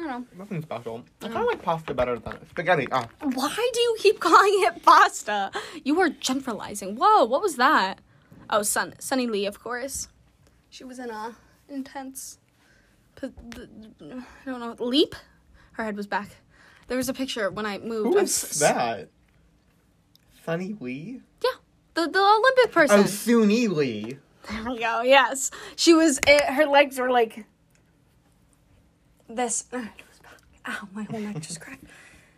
Speaker 1: I don't
Speaker 2: nothing special. I
Speaker 1: Mm.
Speaker 2: kind of like pasta better than spaghetti. Ah,
Speaker 1: know. Why do you keep calling it pasta? You were generalizing. Whoa, what was that? Oh, Sun Sunny Lee, of course. She was in a intense. p- th- I don't know. Leap. Her head was back. There was a picture when I moved.
Speaker 2: who
Speaker 1: of
Speaker 2: is
Speaker 1: Oh, s-
Speaker 2: that? Sunny Lee?
Speaker 1: Yeah, the the Olympic person.
Speaker 2: Oh, Suni Lee.
Speaker 1: There we go. Yes, she was. It, her legs were like this. Uh, it was back. Ow, my whole neck just cracked.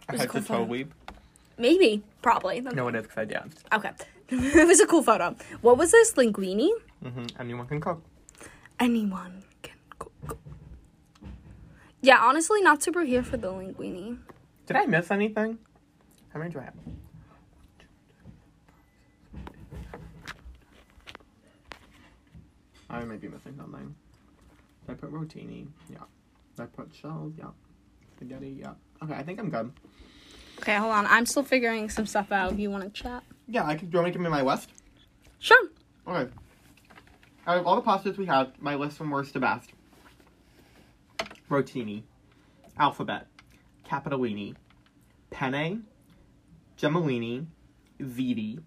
Speaker 2: I
Speaker 1: was a
Speaker 2: had to
Speaker 1: cool
Speaker 2: toe
Speaker 1: photo.
Speaker 2: weep.
Speaker 1: Maybe, probably.
Speaker 2: No, it is because I danced.
Speaker 1: Okay. it was a cool photo. What was this? Linguini?
Speaker 2: hmm Anyone can cook.
Speaker 1: Anyone can cook. Yeah, honestly, not super here for the linguini.
Speaker 2: Did I miss anything? How many do I have? I might be missing something. Did I put rotini? Yeah. Did I put shells? Yeah. Spaghetti? Yeah. Okay, I think I'm good.
Speaker 1: Okay, hold on. I'm still figuring some stuff out if you want to chat.
Speaker 2: Yeah, I could. Do you want me to give me my list?
Speaker 1: Sure.
Speaker 2: Okay. Out of all the pastas we had, my list from worst to best: rotini, alphabet, capitolini, penne, gemolini, ziti,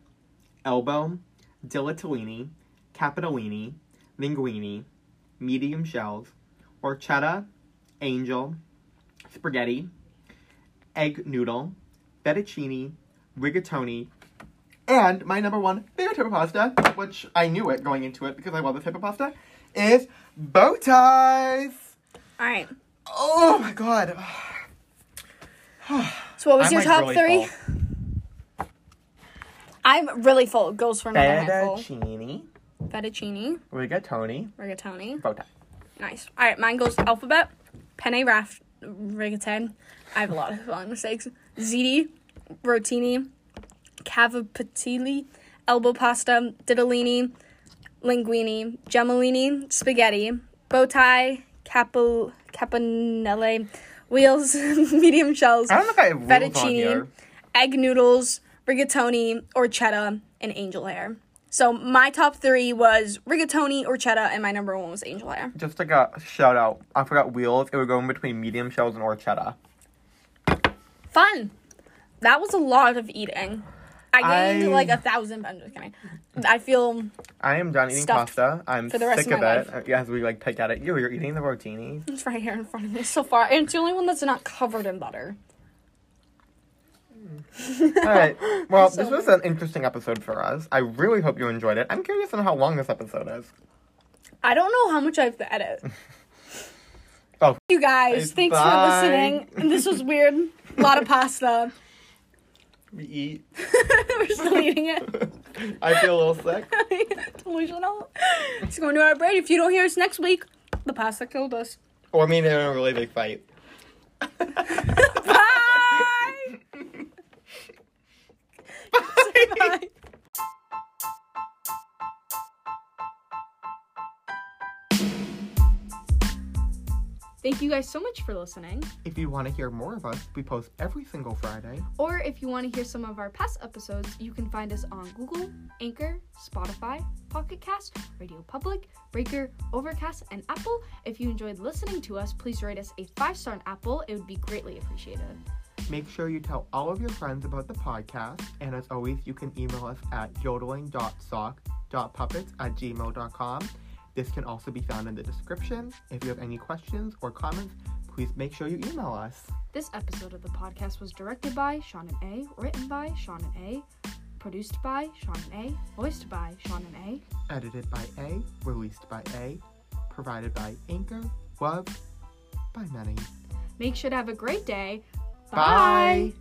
Speaker 2: elbow, dilatellini, capitolini, linguini, medium shells, horchata, angel, spaghetti, egg noodle, fettuccine, rigatoni, and my number one favorite type of pasta, which I knew it going into it because I love this type of pasta, is bow ties.
Speaker 1: All right.
Speaker 2: Oh my god.
Speaker 1: So, what was
Speaker 2: I'm,
Speaker 1: your
Speaker 2: like,
Speaker 1: top three?
Speaker 2: really full.
Speaker 1: I'm really full. Goes for another handful.
Speaker 2: Fettuccine,
Speaker 1: Fettuccine,
Speaker 2: rigatoni,
Speaker 1: rigatoni.
Speaker 2: bow tie.
Speaker 1: Nice. All right, mine goes to alphabet, penne raft, rigatoni. I have a lot of spelling mistakes. Ziti, rotini, cavapatili, elbow pasta, ditalini, linguini, gemolini, spaghetti, bow tie, capo, caponelle, wheels, medium shells,
Speaker 2: I don't know if I have rules on
Speaker 1: fettuccine,
Speaker 2: here.
Speaker 1: egg noodles, rigatoni, horchata, and angel hair. So my top three was rigatoni, horchata, and my number one was angel hair.
Speaker 2: Just like a shout out, I forgot wheels. It would go in between medium shells and horchata.
Speaker 1: Fun. That was a lot of eating. I gained
Speaker 2: I-
Speaker 1: like a thousand pounds. Just kidding. I feel
Speaker 2: I am done eating
Speaker 1: Stuffed
Speaker 2: pasta. I'm
Speaker 1: for the rest
Speaker 2: sick
Speaker 1: of
Speaker 2: of,
Speaker 1: my
Speaker 2: it. Uh, As we like pick at it, you, you're eating the rotini.
Speaker 1: it's right here in front of me so far, and it's the only one that's not covered in butter.
Speaker 2: All right. Well, this
Speaker 1: So-
Speaker 2: was an interesting episode for us. I really hope you enjoyed it. I'm curious on how long this episode is.
Speaker 1: I don't know how much I have to edit.
Speaker 2: Oh.
Speaker 1: you guys,
Speaker 2: Hey,
Speaker 1: thanks
Speaker 2: bye.
Speaker 1: for listening. And this was weird. A lot of pasta.
Speaker 2: We eat.
Speaker 1: We're still eating it.
Speaker 2: I feel a little sick.
Speaker 1: Delusional. It's going to our brain. If you don't hear us next week, the pasta killed us.
Speaker 2: Or me and in a really big fight.
Speaker 1: Bye. Say bye. Thank you guys so much for listening.
Speaker 2: If you want to hear more of us, we post every single Friday.
Speaker 1: Or if you want to hear some of our past episodes, you can find us on Google, Anchor, Spotify, Pocket Cast, Radio Public, Breaker, Overcast, and Apple. If you enjoyed listening to us, please rate us a five star on Apple. It would be greatly appreciated.
Speaker 2: Make sure you tell all of your friends about the podcast. And as always, you can email us at yodeling.sock.puppets at gmail.com. This can also be found in the description. If you have any questions or comments, please make sure you email us.
Speaker 1: This episode of the podcast was directed by Sean and A, written by Sean and A, produced by Sean and A, voiced by Sean and A.
Speaker 2: Edited by A, released by A, provided by Anchor, Love, by many.
Speaker 1: Make sure to have a great day.
Speaker 2: Bye.